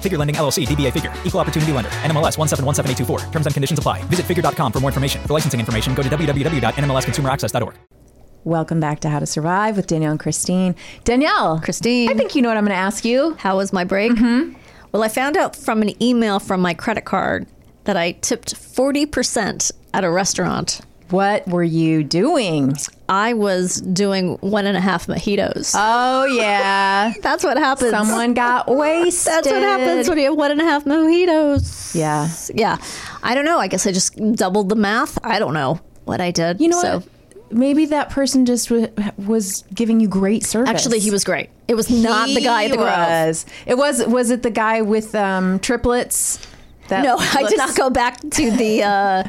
Figure Lending LLC, DBA Figure, Equal Opportunity Lender, NMLS 1717824. Terms and conditions apply. Visit figure.com for more information. For licensing information, go to www.nmlsconsumeraccess.org. Welcome back to How to Survive with Danielle and Christine. Danielle, Christine. I think you know what I'm going to ask you. How was my break? Mm-hmm. Well, I found out from an email from my credit card that I tipped 40% at a restaurant. What were you doing? I was doing one and a half mojitos. Oh yeah, That's what happens. someone got wasted. That's what happens when you have one and a half mojitos. Yeah. Yeah. I don't know. I guess I just doubled the math. I don't know what I did. You know So, what? Maybe that person just w- was giving you great service. Actually, he was great. It was not the guy at the He Grove. was. It was. Was it the guy with um, triplets? That No, I did looks- not go back to the uh,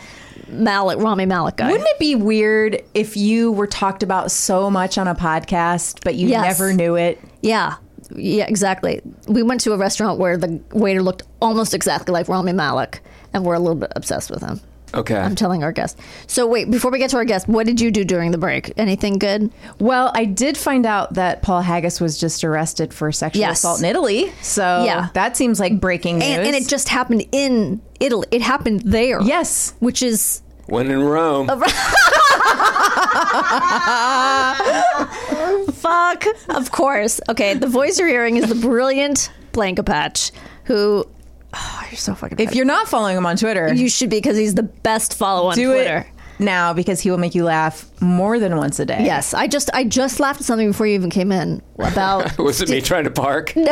Malik, Rami Malik guy. Wouldn't it be weird if you were talked about so much on a podcast, but you Yes. never knew it? Yeah. Yeah, exactly. We went to a restaurant where the waiter looked almost exactly like Rami Malik, and we're a little bit obsessed with him. Okay. I'm telling our guest. So, wait, before we get to our guest, what did you do during the break? Anything good? Well, I did find out that Paul Haggis was just arrested for sexual Yes. assault in Italy. So Yeah. that seems like breaking news. And, and it just happened in Italy. It happened there. yes. Which is When in Rome. fuck. Of course. Okay, the voice you're hearing is the brilliant Blankapatch, who. Oh, you're so fucking. If you're not following him on Twitter, you should be because he's the best follow on do Twitter. it now because he will make you laugh more than once a day. Yes, I just I just laughed at something before you even came in about Was it me trying to park? No,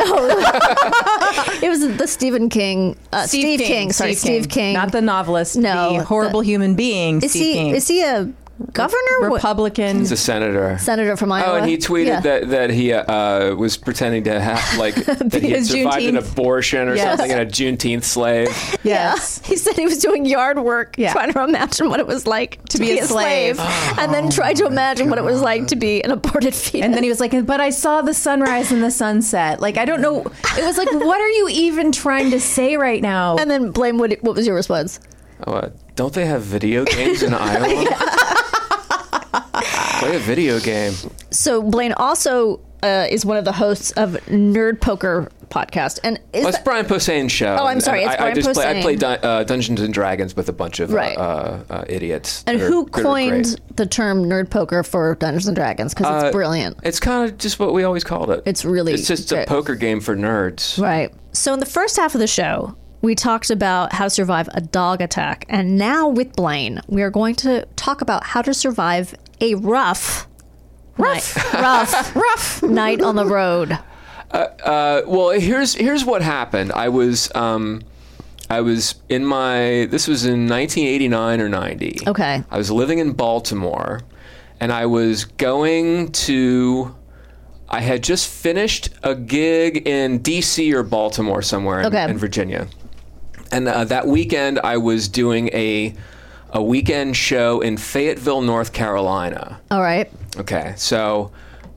it was the Stephen King. Uh, Steve, King. Sorry, Steve, King. Not the novelist. No, No. The horrible the- human being. Is Steve he King. is he a governor? What- Republican. He's a senator. Senator from Iowa. Oh, and he tweeted Yeah. that, that he uh, was pretending to have, like, that he had Because survived an Juneteenth. abortion or Yes. something and a Juneteenth slave. yes. He said he was doing yard work, Yeah. trying to imagine what it was like to, be a slave. and then tried to imagine what it was like to be an aborted fetus. And then he was like, "But I saw the sunrise and the sunset." Like I don't know. It was like, "What are you even trying to say right now?" and then blame what? What was your response? Oh, uh, don't they have video games in Iowa? Play a video game. So Blaine also uh, is one of the hosts of Nerd Poker podcast, and is Well, Oh, it's that- Brian Posehn's show. Oh, I'm and sorry, it's I, I Brian just play, I Posehn. play Dun- uh, Dungeons and Dragons with a bunch of uh, Right. uh, uh, idiots. and that are who good or great. coined the term nerd poker for Dungeons and Dragons? Because Uh, it's brilliant. It's kind of just what we always called it. It's really It's just a great. poker game for nerds. Right. So in the first half of the show, we talked about how to survive a dog attack. And now with Blaine, we are going to talk about how to survive a rough Rough. rough. rough. Night on the road. Uh, well, here's here's what happened. I was um, I was in my this was in 1989 or 90. Okay. I was living in Baltimore, and I was going to. I had just finished a gig in D.C. or Baltimore somewhere in, Okay. in Virginia, and uh, that weekend I was doing a a weekend show in Fayetteville, North Carolina. All right. Okay, so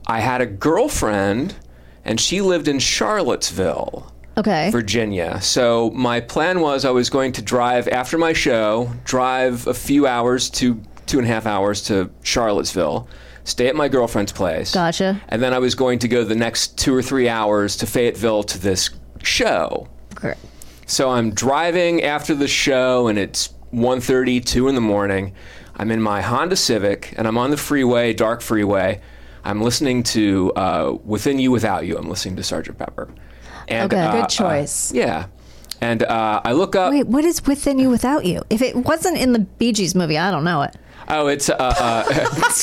I had a girlfriend, and she lived in Charlottesville, Okay. Virginia. So my plan was I was going to drive after my show, drive a few hours to two and a half hours to Charlottesville, stay at my girlfriend's place. Gotcha. And then I was going to go the next two or three hours to Fayetteville to this show. Great. So I'm driving after the show, and it's 1.30, 2 in the morning. I'm in my Honda Civic, and I'm on the freeway, dark freeway. I'm listening to uh, Within You, Without You. I'm listening to Sgt. Pepper. And, Okay. Good uh, uh, choice. yeah. And uh, I look up. Wait, what is within you without you? If it wasn't in the Bee Gees movie, I don't know it. Oh, it's uh, uh, That's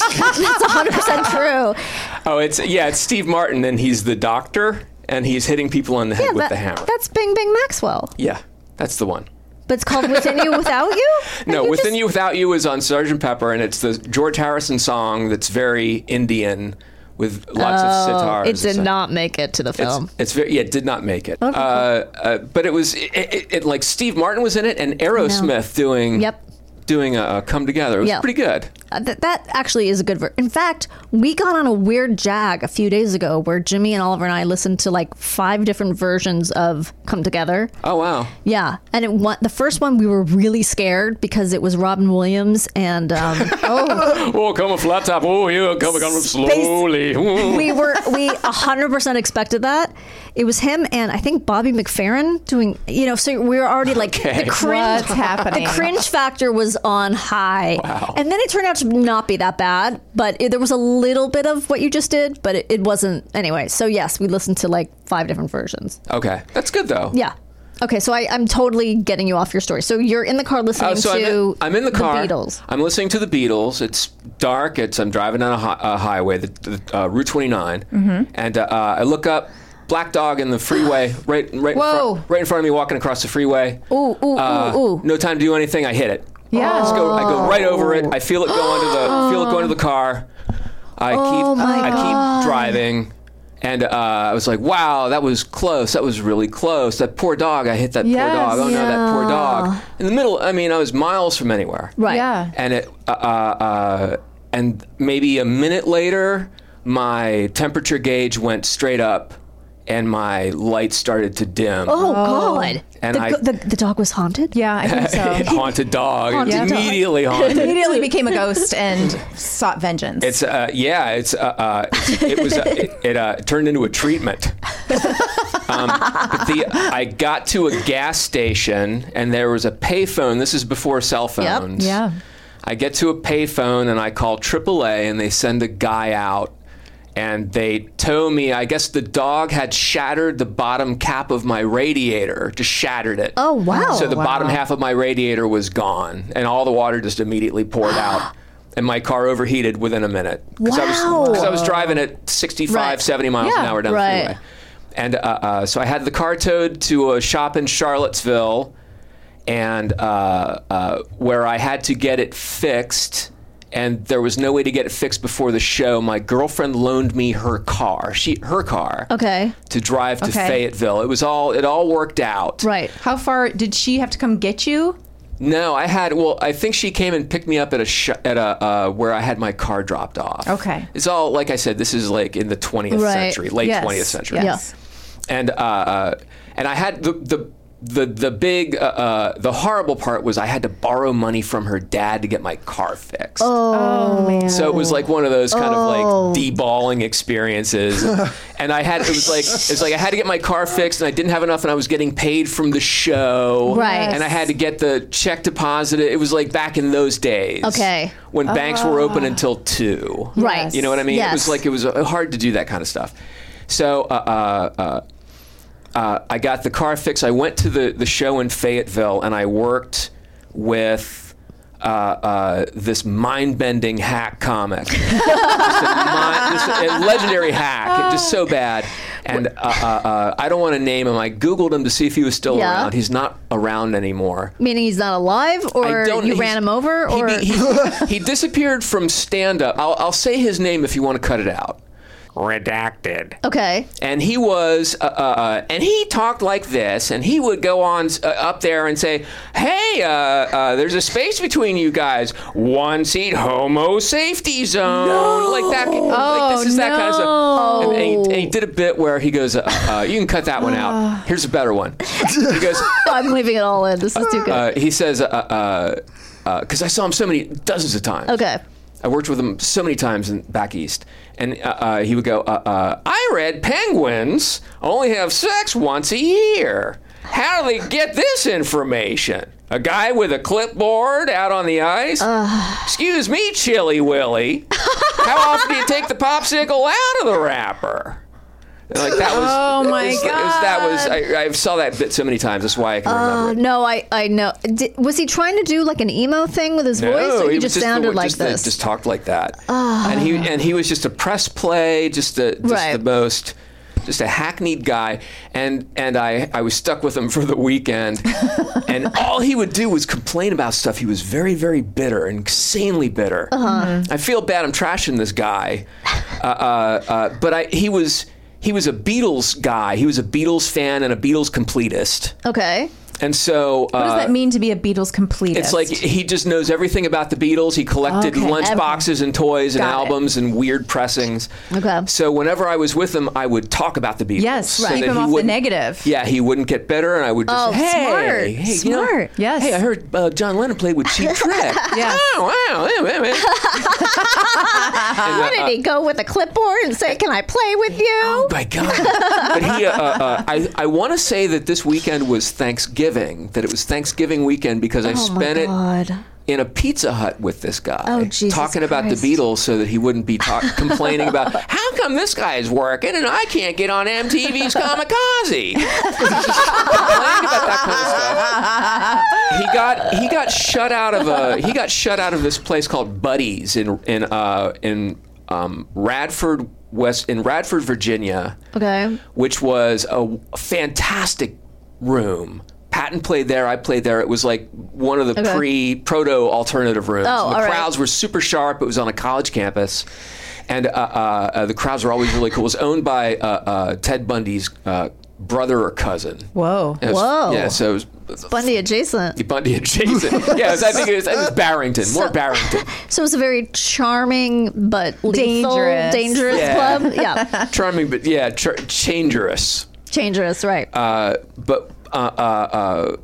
100% true. oh, it's yeah, it's Steve Martin, and he's the doctor, and he's hitting people on the head Yeah, with that- the hammer. that's Bing Bing Maxwell. yeah, that's the one. But it's called Within You Without You? No, Like, Within just- You Without You is on Sgt. Pepper, and it's the George Harrison song that's very Indian with lots of Oh, sitars. It did and stuff. not Oh. make it to the It's, film. it's very yeah, it did not make it. Uh, uh, but it was it, it, it like Steve Martin was in it and Aerosmith doing Yep. doing a, a come together. It was Yeah. pretty good. Uh, th- that actually is a good ver- In fact, we got on a weird jag a few days ago where Jimmy and Oliver and I listened to like five different versions of Come Together. Oh wow. Yeah, and it wa- the first one we were really scared because it was Robin Williams and um, oh, Oh, come a flat top. Oh, here, come, come slowly. Ooh. we were we hundred percent expected that it was him and I think Bobby McFerrin doing you know so we were already like the cringe What's happening? the cringe factor was on high and then it turned out to not be that bad but it, there was a little bit of what you just did but it, it wasn't anyway so yes we listened to like five different versions Okay, that's good though. yeah. Okay, so I, I'm totally getting you off your story. So you're in the car listening Uh, so I'm to in, I'm in the car. Beatles. I'm listening to the Beatles. It's dark. It's I'm driving on a, hi- a highway, the, the, uh, Route 29, Mm-hmm. and uh, uh, I look up. Black dog in the freeway, right, right, in Whoa. front, right in front of me, walking across the freeway. Ooh, ooh, Uh, ooh, ooh. No time to do anything. I hit it. Yeah. I just go, I go right over it. I feel it go under Oh. the, feel it go into the car. I keep, I keep driving, and uh, I was like, wow, that was close. That was really close. That poor dog. I hit that Yes. poor dog. Oh no, that poor dog. In the middle. I mean, I was miles from anywhere. Right. Yeah. And it, uh, uh, uh, and maybe a minute later, my temperature gauge went straight up, and my lights started to dim. Oh, God. And the, I- the, the dog was haunted? Yeah, I think so. haunted dog. Haunted it's dog. immediately haunted. Immediately became a ghost and sought vengeance. It's uh, yeah. It's uh, uh, it's- it was uh, it, it uh, turned into a treatment. um, but the I got to a gas station and there was a payphone. This is before cell phones. Yeah. I get to a payphone and I call AAA and they send a guy out and they tow me. I guess the dog had shattered the bottom cap of my radiator, just shattered it. Oh, wow. So the bottom half of my radiator was gone, and all the water just immediately poured out. And my car overheated within a minute. Because I, was- 'cause I was driving at 65, Right. 70 miles an Yeah, hour down right. the freeway. And uh, uh, so I had the car towed to a shop in Charlottesville, and uh, uh, where I had to get it fixed. And there was no way to get it fixed before the show. My girlfriend loaned me her car. She her car. Okay. To drive to Okay. Fayetteville. It was all it all worked out. Right. How far did she have to come get you? No, I had. Well, I think she came and picked me up at a sh- at a uh, where I had my car dropped off. Okay. it's all like I said. This is like in the twentieth Right. century, late Yes, twentieth century. yes. and uh, uh, and I had the the. The, the big uh, uh, the horrible part was I had to borrow money from her dad to get my car fixed. Oh, man! So it was like one of those kind of like deballing experiences, and I had it was like it was like I had to get my car fixed and I didn't have enough and I was getting paid from the show, Right. And I had to get the check deposited. It was like back in those days, Okay. when banks were open until two, Right. You know what I mean? It Yes. was like it was uh, hard to do that kind of stuff. So uh, uh, uh, uh, I got the car fixed. I went to the, the show in Fayetteville and I worked with uh, uh, this mind-bending hack comic, Just a mind- just a- a legendary hack, just so bad. And uh, uh, uh, I don't want to name him. I googled him to see if he was still Yeah. around. He's not around anymore. Meaning he's not alive, I or don't- you he's- ran him over, he- or he, he disappeared from stand-up. I'll, I'll say his name if you want to cut it out. Redacted okay. and he was uh, uh, uh, and he talked like this and he would go on uh, up there and say hey uh, uh, there's a space between you guys one seat homo safety zone like that like Oh, this is that kind of stuff and, and he, and he did a bit where he goes uh, uh, you can cut that one out here's a better one he goes I'm leaving it all in. This is too good. uh, he says because uh, uh, uh 'cause I saw him so many dozens of times Okay. I worked with him so many times in, back east, and uh, uh, he would go, uh, uh, "I read penguins only have sex once a year. How do they get this information? A guy with a clipboard out on the ice? Excuse me, Chilly Willy. How often do you take the popsicle out of the wrapper?" And, Like that was. Oh, my it was- it was- that was. I, I saw that bit so many times. That's why I can remember. it. no, I I know. Did, was he trying to do like an emo thing with his voice, or he he was just, the- sounded like just the- this? Ah. just talked like that. And he and he was just a press play, just the just Right. the most, just a hackneyed guy. And and I I was stuck with him for the weekend, and all he would do was complain about stuff. He was very very bitter, insanely bitter. Uh-huh. I feel bad. I'm trashing this guy, uh, uh, uh, but I he was. He was a Beatles guy. He was a Beatles fan and a Beatles completist. okay. And so, uh, What does that mean to be a Beatles completist? it's like he just knows everything about the Beatles. He collected Okay. lunch Okay. boxes and toys and Got it. albums and weird pressings. Okay. So whenever I was with him, I would talk about the Beatles. Yes, so keep that him he off the wouldn't- negative. Yeah, he wouldn't get better, and I would just Oh, hey, smart, hey, you know, smart. Yes. Hey, I heard uh, John Lennon played with Cheap Trick. Yes. Oh, wow. Yeah, yeah, yeah. And, uh, Why did he go with a clipboard and say, "Can I play with you?" Oh my God! but he, uh, uh, I, I want to say that this weekend was Thanksgiving. That it was Thanksgiving weekend because I spent it in a Pizza Hut with this guy, Oh, Jesus talking about the Christ. Beatles, so that he wouldn't be talk- complaining about how come this guy is working and I can't get on MTV's Kamikaze. He just complained about that kind of stuff. He got he got shut out of a he got shut out of this place called Buddies in in uh, in um, Radford West in Radford Virginia Okay. which was a fantastic room. Patton played there. I played there. It was like one of the Okay. pre proto alternative rooms. Oh, And the all right. crowds were super sharp. It was on a college campus. And uh, uh, uh, the crowds were always really cool. It was owned by uh, uh, Ted Bundy's uh, brother or cousin. whoa. It was- Whoa. Yeah, so it was Bundy adjacent. Bundy and Jason. yeah, it was, I think it was, it was Barrington, more So- Barrington. So it's a very charming but lethal, Dangerous. dangerous Yeah. club. Yeah, Charming, but yeah, ch- changerous. dangerous, right? Uh, but uh, uh, uh,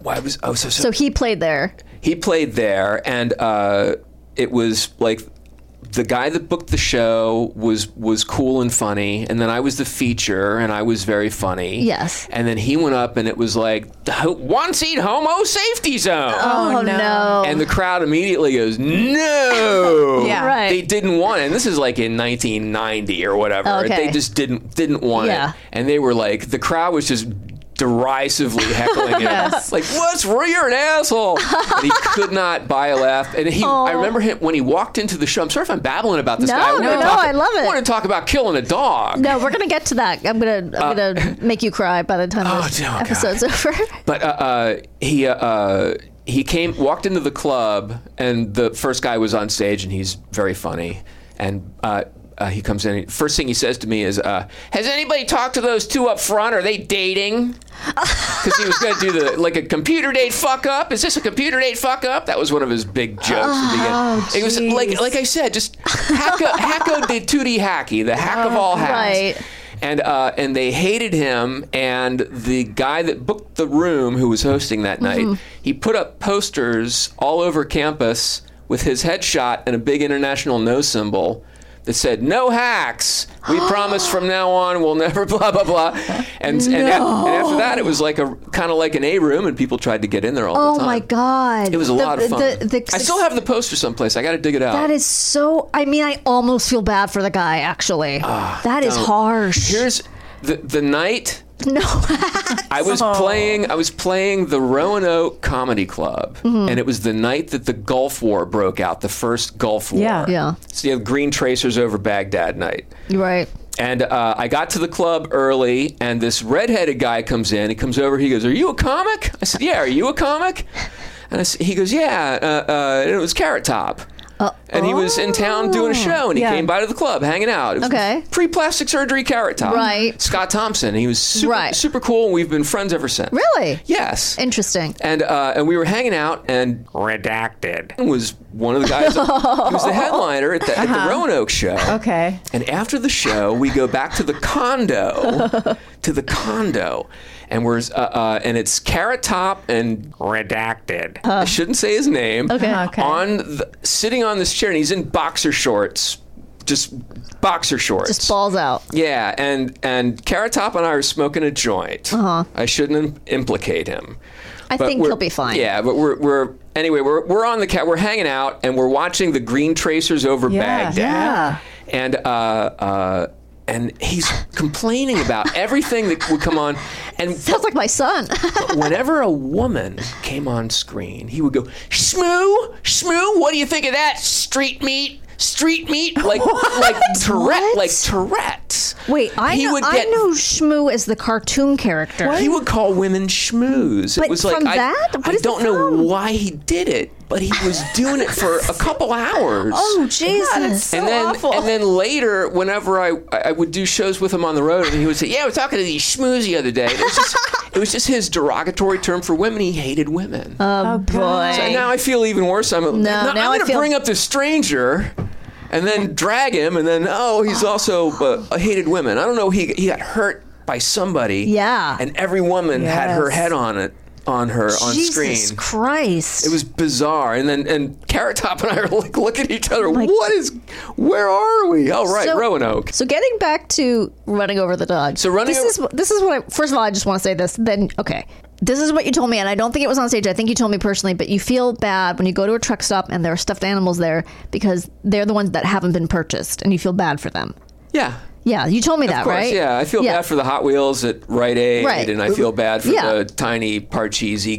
why was oh so so, so he played there. he played there, and uh, it was like the guy that booked the show was was cool and funny, and then I was the feature, and I was very funny. Yes. And then he went up, and it was like "The ho- one seat homo safety zone. Oh, no. no! And the crowd immediately goes, "No!" Yeah. Right. They didn't want it. And this is like in 1990 or whatever. Oh, Okay. They just didn't didn't want Yeah. it. And they were like, the crowd was just derisively heckling him, like, "What's wrong? You're an asshole!" And he could not buy a laugh. And he, I remember him when he walked into the show. I'm sorry if I'm babbling about this No, guy. no, wanna no, talk- I love it. want to talk about killing a dog. no, we're gonna get to that. I'm gonna, I'm gonna make you cry by the time Uh, Oh, this dear, oh, God. episode's over. But uh, uh, he uh, uh, he came walked into the club, and the first guy was on stage, and he's very funny. And uh, uh, he comes in. First thing he says to me is, uh, "Has anybody talked to those two up front? Are they dating?" Because he was going to do the like a computer date fuck up. Is this a computer date fuck up? That was one of his big jokes. Oh, it was like like I said, just hacko, hacko de tutti hacky, the hack of all hacks Right. and uh, and they hated him. And the guy that booked the room, who was hosting that Mm-hmm. night, he put up posters all over campus with his headshot and a big international no symbol that said "No hacks. We promise from now on we'll never blah blah blah." And and, af- and after that, it was like a kind of like an A room, and people tried to get in there all Oh the time. my God! It was a The- lot of fun. the- the- I still have the poster someplace. I got to dig it out. That is so. I mean, I almost feel bad for the Ah, guy. Actually, that is harsh. Here's the the night no, I was playing. I was playing the Roanoke Comedy Club, and it was the night that the Gulf War broke out. The first Gulf War. Yeah. Yeah. So you have Green Tracers over Baghdad night. Right. And uh, I got to the club early, and this redheaded guy comes in. He comes over. He goes, "Are you a comic?" I said, "Yeah." Are you a comic? And I s he goes, "Yeah." Uh, uh, and it was Carrot Top. and he was in town doing a show, and he Yeah. came by to the club, hanging out. It was Oh, Okay. Pre-plastic surgery, Carrot Top. Right. Scott Thompson. He was super, Right. super cool, and we've been friends ever since. Really? Yes. Interesting. And uh, and we were hanging out, and redacted was one of the guys. he was the headliner at the, Uh-huh. at the Roanoke show. Okay. And after the show, we go back to the condo, to the condo, and we're uh, uh, and it's Carrot Top and redacted. I shouldn't say his name. Okay. Okay. On the, sitting on this chair, and he's in boxer shorts, just boxer shorts. Just balls out. Yeah, and and Carrot Top and I are smoking a joint. Uh-huh. I shouldn't im- implicate him. I think we're- he'll be fine. Yeah, but we're we're anyway we're we're on the cat we're hanging out and we're watching the Green Tracers over Yeah, Baghdad. yeah. And uh uh and he's complaining about everything that would come on and Sounds like my son. whenever a woman came on screen, he would go, Shmoo, Shmoo, what do you think of that? Street meat, street meat, like like Tourette, What? like Tourette's. Wait, I he know, would I get. know Shmoo as the cartoon character. He would call women schmooze. it But was like from I, that? What I is it don't know from? why he did it, but he was doing it for a couple hours. Oh Jesus! and then and then later, whenever I I would do shows with him on the road, and he would say, "Yeah, I was talking to these schmooze the other day." And It was just it was just his derogatory term for women. He hated women. oh boy! So now I feel even worse. I'm now I'm I going to feel- bring up this stranger. And then drag him, and then oh, he's also uh, hated women. I don't know. He he got hurt by somebody. Yeah. And every woman had her Yes. head on it on her on Jesus screen. Christ! It was bizarre. And then and Carrot Top and I are like looking at each other. What is? Where are we? Oh right, Roanoke. So getting back to running over the dog. So running This over- is wh- this is what. I, first of all, I just want to say this. Then okay, this is what you told me, and I don't think it was on stage. I think you told me personally, but you feel bad when you go to a truck stop and there are stuffed animals there because they're the ones that haven't been purchased, and you feel bad for them. Yeah. Yeah, you told me that, Of course, right? yeah. I feel bad for the Hot Wheels at Rite Aid, Right. and I feel bad for Yeah. the tiny Parcheesi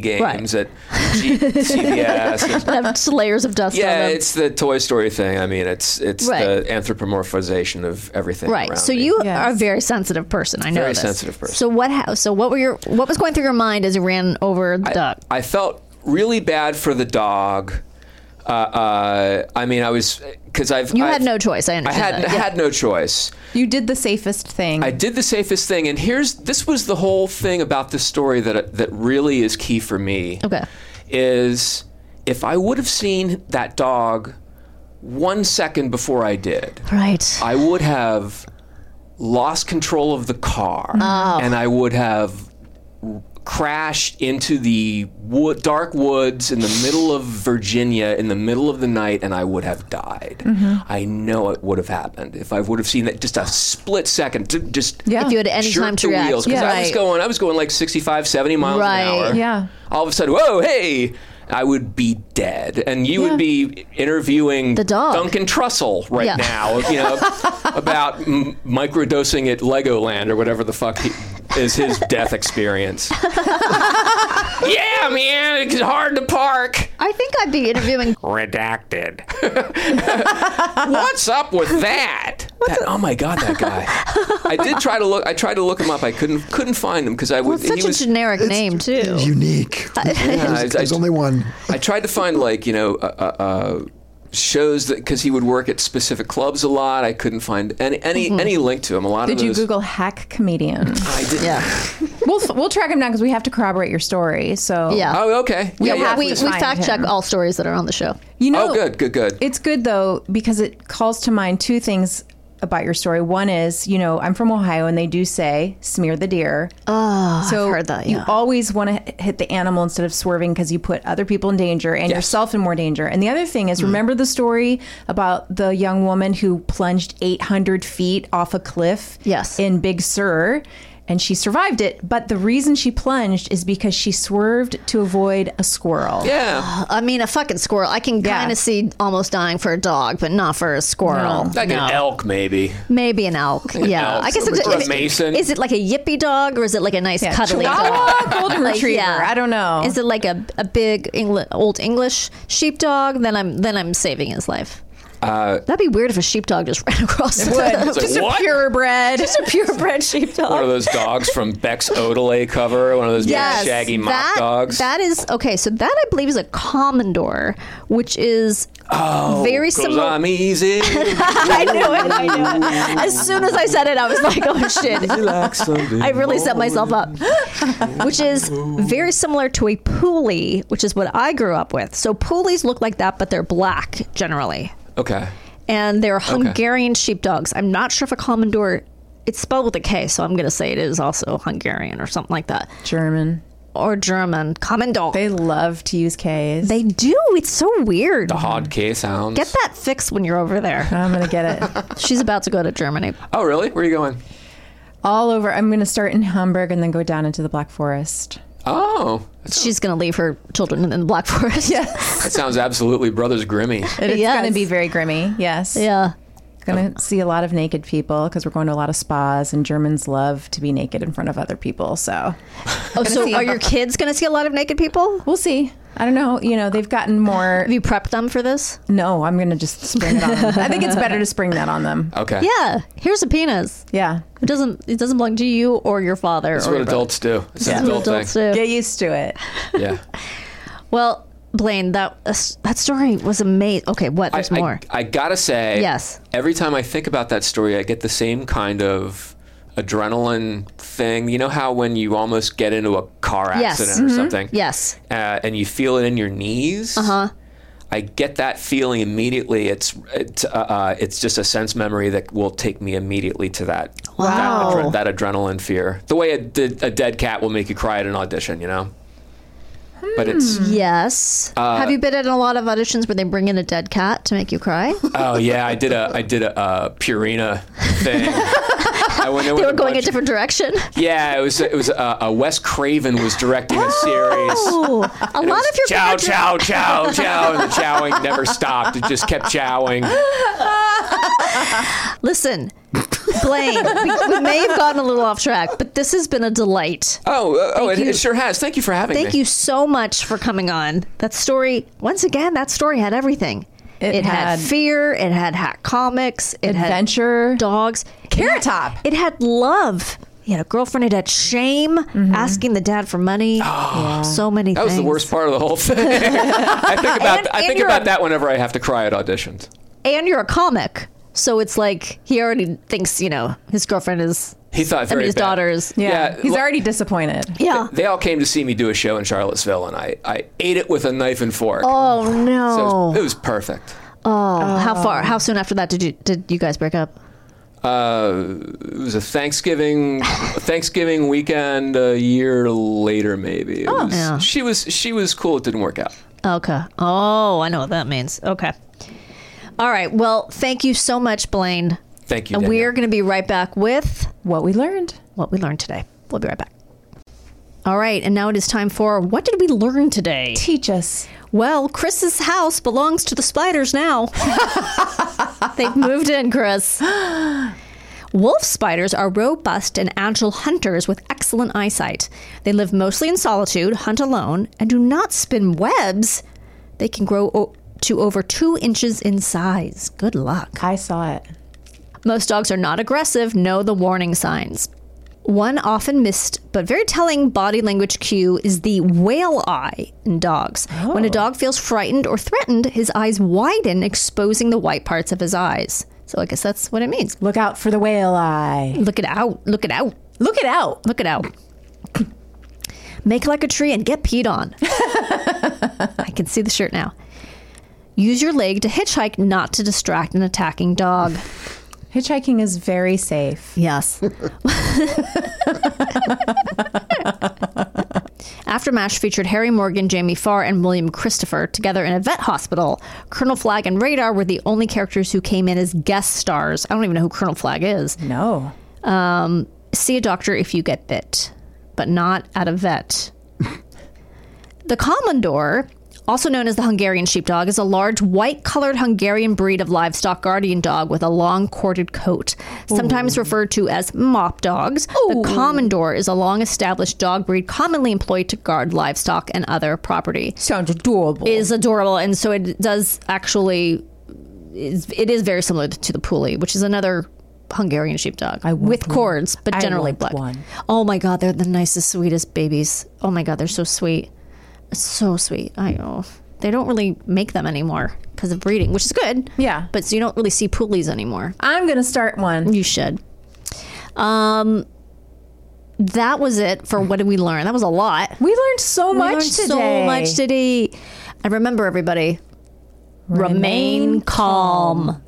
games Right. at G- CVS. and- That have just layers of dust on Yeah, them. it's the Toy Story thing. I mean, it's it's Right. the anthropomorphization of everything. Right. around So me. you Yes. are a very sensitive person. I know Very this. sensitive person. So what? Ha- so what were your? What was going through your mind as you ran over the duck? I felt really bad for the dog. Uh, uh, I mean, I was because I've You I've- had no choice, I I understand had that, I yeah. had no choice. You did the safest thing. I did the safest thing, and here's this was the whole thing about this story that that really is key for me. Okay. is if I would have seen that dog one second before I did, right. I would have lost control of the car and I would have crashed into the wood, dark woods in the middle of Virginia in the middle of the night and I would have died. I know it would have happened if I would have seen that just a split second to just Yeah. if you had any jerk time to the react. wheels because yeah. I was going I was going like 65 70 miles Right. an hour Yeah. all of a sudden whoa hey I would be dead and you would be interviewing The dog. Duncan Trussell right Yeah. now you know about m- microdosing at Legoland or whatever the fuck he, is his death experience yeah man it's hard to park I think I'd be interviewing. redacted what's up with that That- oh my god, that guy! I did try to look. I tried to look him up. I couldn't couldn't find him because I Well, would. it's such he was, a generic name too. Unique. I- I- there's, there's only one. I tried to find like you know uh, uh, uh, shows that because he would work at specific clubs a lot. I couldn't find any any Mm-hmm. any link to him. A lot Did of you those. Google hack comedian? I did. yeah. we'll we'll track him down because we have to corroborate your story. So Yeah. Oh, okay. Yeah, Yeah, yeah. we, we please find fact check him. all stories that are on the show. you know, oh, good, good, good. It's good though because it calls to mind two things about your story. One is, you know, I'm from Ohio and they do say smear the deer. Oh, so heard that, you yeah. always want to hit the animal instead of swerving because you put other people in danger and yourself in more danger. And the other thing Hmm. is, remember the story about the young woman who plunged 800 feet off a cliff Yes. in Big Sur. and she survived it. But the reason she plunged is because she swerved to avoid a squirrel. Yeah. I mean, a fucking squirrel. I can Yeah. kind of see almost dying for a dog, but not for a squirrel. Like an elk, maybe. Maybe an elk. yeah. elk. I guess Or it's a if it- mason. Is it like a yippy dog or is it like a nice Yeah, cuddly Chihuahua, dog? golden Like, retriever. I don't know. Is it like a, a big Engli- old English sheepdog? Then I'm then I'm saving his life. Uh, That'd be weird if a sheepdog just ran across. It It's like, Just a what? purebred. just a purebred sheepdog. One of those dogs from Beck's Odelay cover, one of those big Yes, shaggy mop that, dogs. That is okay. So that I believe is a commodore, which is very Oh, Goes similar. on easy. I knew it. I knew it. As soon as I said it, I was like, oh shit. I really set myself up, which is very similar to a pulley, which is what I grew up with. So pulleys look like that, but they're black generally, Okay. and they're Hungarian sheepdogs. I'm not sure if a commodore. It's spelled with a K, so I'm going to say it is also Hungarian or something like that, German. or German commodore. They, They love to use K's. do. It's so weird. Odd K sounds. Mm. Get that fixed when you're over there. I'm gonna get it She's about to go to Germany. Oh, really? Where are you going? all over. I'm gonna start in Hamburg and then go down into the Black Forest. Oh, She's going to leave her children in the Black Forest. Yeah. that sounds absolutely Brothers Grimmy. It's Yes. gonna be very grimy. Yes. Yeah. Gonna see a lot of naked people because we're going to a lot of spas and Germans love to be naked in front of other people. So Oh, so are your kids going to see a lot of naked people? we'll see. I don't know. You know, they've gotten more. Have you prepped them for this? No, I'm gonna just spring it on them. I think it's better to spring that on them. Okay. Yeah. Here's a penis. Yeah. It doesn't. It doesn't belong to you or your father. That's or what your brother. adults do. It's That's an what adult thing. adults do. Get used to it. Yeah. Well, Blaine, that uh, that story was amazing. Okay, what? There's I, I- more. I, gotta say, Yes. Every time I think about that story, I get the same kind of adrenaline thing. You know how when you almost get into a car Yes. Mm-hmm. accident or something, yes. uh, and you feel it in your knees. Uh Uh-huh. huh. I get that feeling immediately. It's it's uh, uh, it's just a sense memory that will take me immediately to that that, adre- that adrenaline fear. The way a, de- a dead cat will make you cry at an audition, you know. But it's Hmm. Yes. Uh, Have you been at a lot of auditions where they bring in a dead cat to make you cry? Oh yeah, I did a I did a uh, Purina thing. I went in they were with going a bunch- different direction. Yeah, it was it was uh, uh, Wes Craven was directing a series. Ooh, Oh, a lot of your Chow, pictures- chow, chow, chow, and the chowing never stopped. It just kept chowing. Listen, Blaine, we, we may have gotten a little off track, but this has been a delight. Oh, uh, oh, it, you. it sure has. Thank you for having Thank me. you so much for coming on. That story, once again, that story had everything. It, It had, had- fear. It had hack comics. It Adventure. had dogs. Carrot it had, Top. It had love. He had a girlfriend. It had shame. Mm-hmm. Asking the dad for money. So many. Oh, That was the worst part of the whole thing. I think about And- I and think you're about a- that whenever I have to cry at auditions. And you're a comic, so it's like he already thinks you know his girlfriend is. He thought I very mean, his bad. daughters. Yeah, He's lo- already disappointed. Yeah. They all came to see me do a show in Charlottesville, and I, I ate it with a knife and fork. Oh no. So it was- it was perfect. How far? How soon after that did you did you guys break up? Uh, it was a Thanksgiving Thanksgiving weekend a year later, maybe. It was- Oh, Yeah. She was she was cool. It didn't work out. Okay. Oh, I know what that means. Okay. All right. Well, thank you so much, Blaine. Thank you. And Danielle. we're going to be right back with What we learned. what we learned today. We'll be right back. All right, and now it is time for what did we learn today? Teach us. Well, Chris's house belongs to the spiders now. They've moved in, Chris. Wolf spiders are robust and agile hunters with excellent eyesight. They live mostly in solitude, hunt alone, and do not spin webs. They can grow o- to over two inches in size. Good luck. I saw it. Most dogs are not aggressive, know the warning signs. One often missed but very telling body language cue is the whale eye in dogs. When a dog feels frightened or threatened, his eyes widen, exposing the white parts of his eyes. So I guess that's what it means. Look out for the whale eye. Look it out. Look it out. Look it out. Look it out. Make like a tree and get peed on. I can see the shirt now. Use your leg to hitchhike, not to distract an attacking dog. Hitchhiking is very safe. Yes. Aftermath featured Harry Morgan, Jamie Farr, and William Christopher together in a vet hospital. Colonel Flag and Radar were the only characters who came in as guest stars. I don't even know who Colonel Flag is. No. Um, see a doctor if you get bit, but not at a vet. the Commodore, also known as the Hungarian Sheepdog, is a large white colored Hungarian breed of livestock guardian dog with a long corded coat, sometimes referred to as mop dogs. The Commodore is a long established dog breed commonly employed to guard livestock and other property Sounds adorable. is adorable, and so it does actually. Is, it is very similar to the pulley, which is another Hungarian sheepdog want with one. cords, but I generally want black. one. Oh my god, they're the nicest, sweetest babies. Oh my god, they're so sweet, so sweet. I oh, they don't really make them anymore because of breeding, which is good. Yeah. but so you don't really see pulleys anymore. I'm gonna start one. You should. Um, that was it for what did we learn? That was a lot. We learned so much learned today. So much today. And remember, everybody, remain, calm.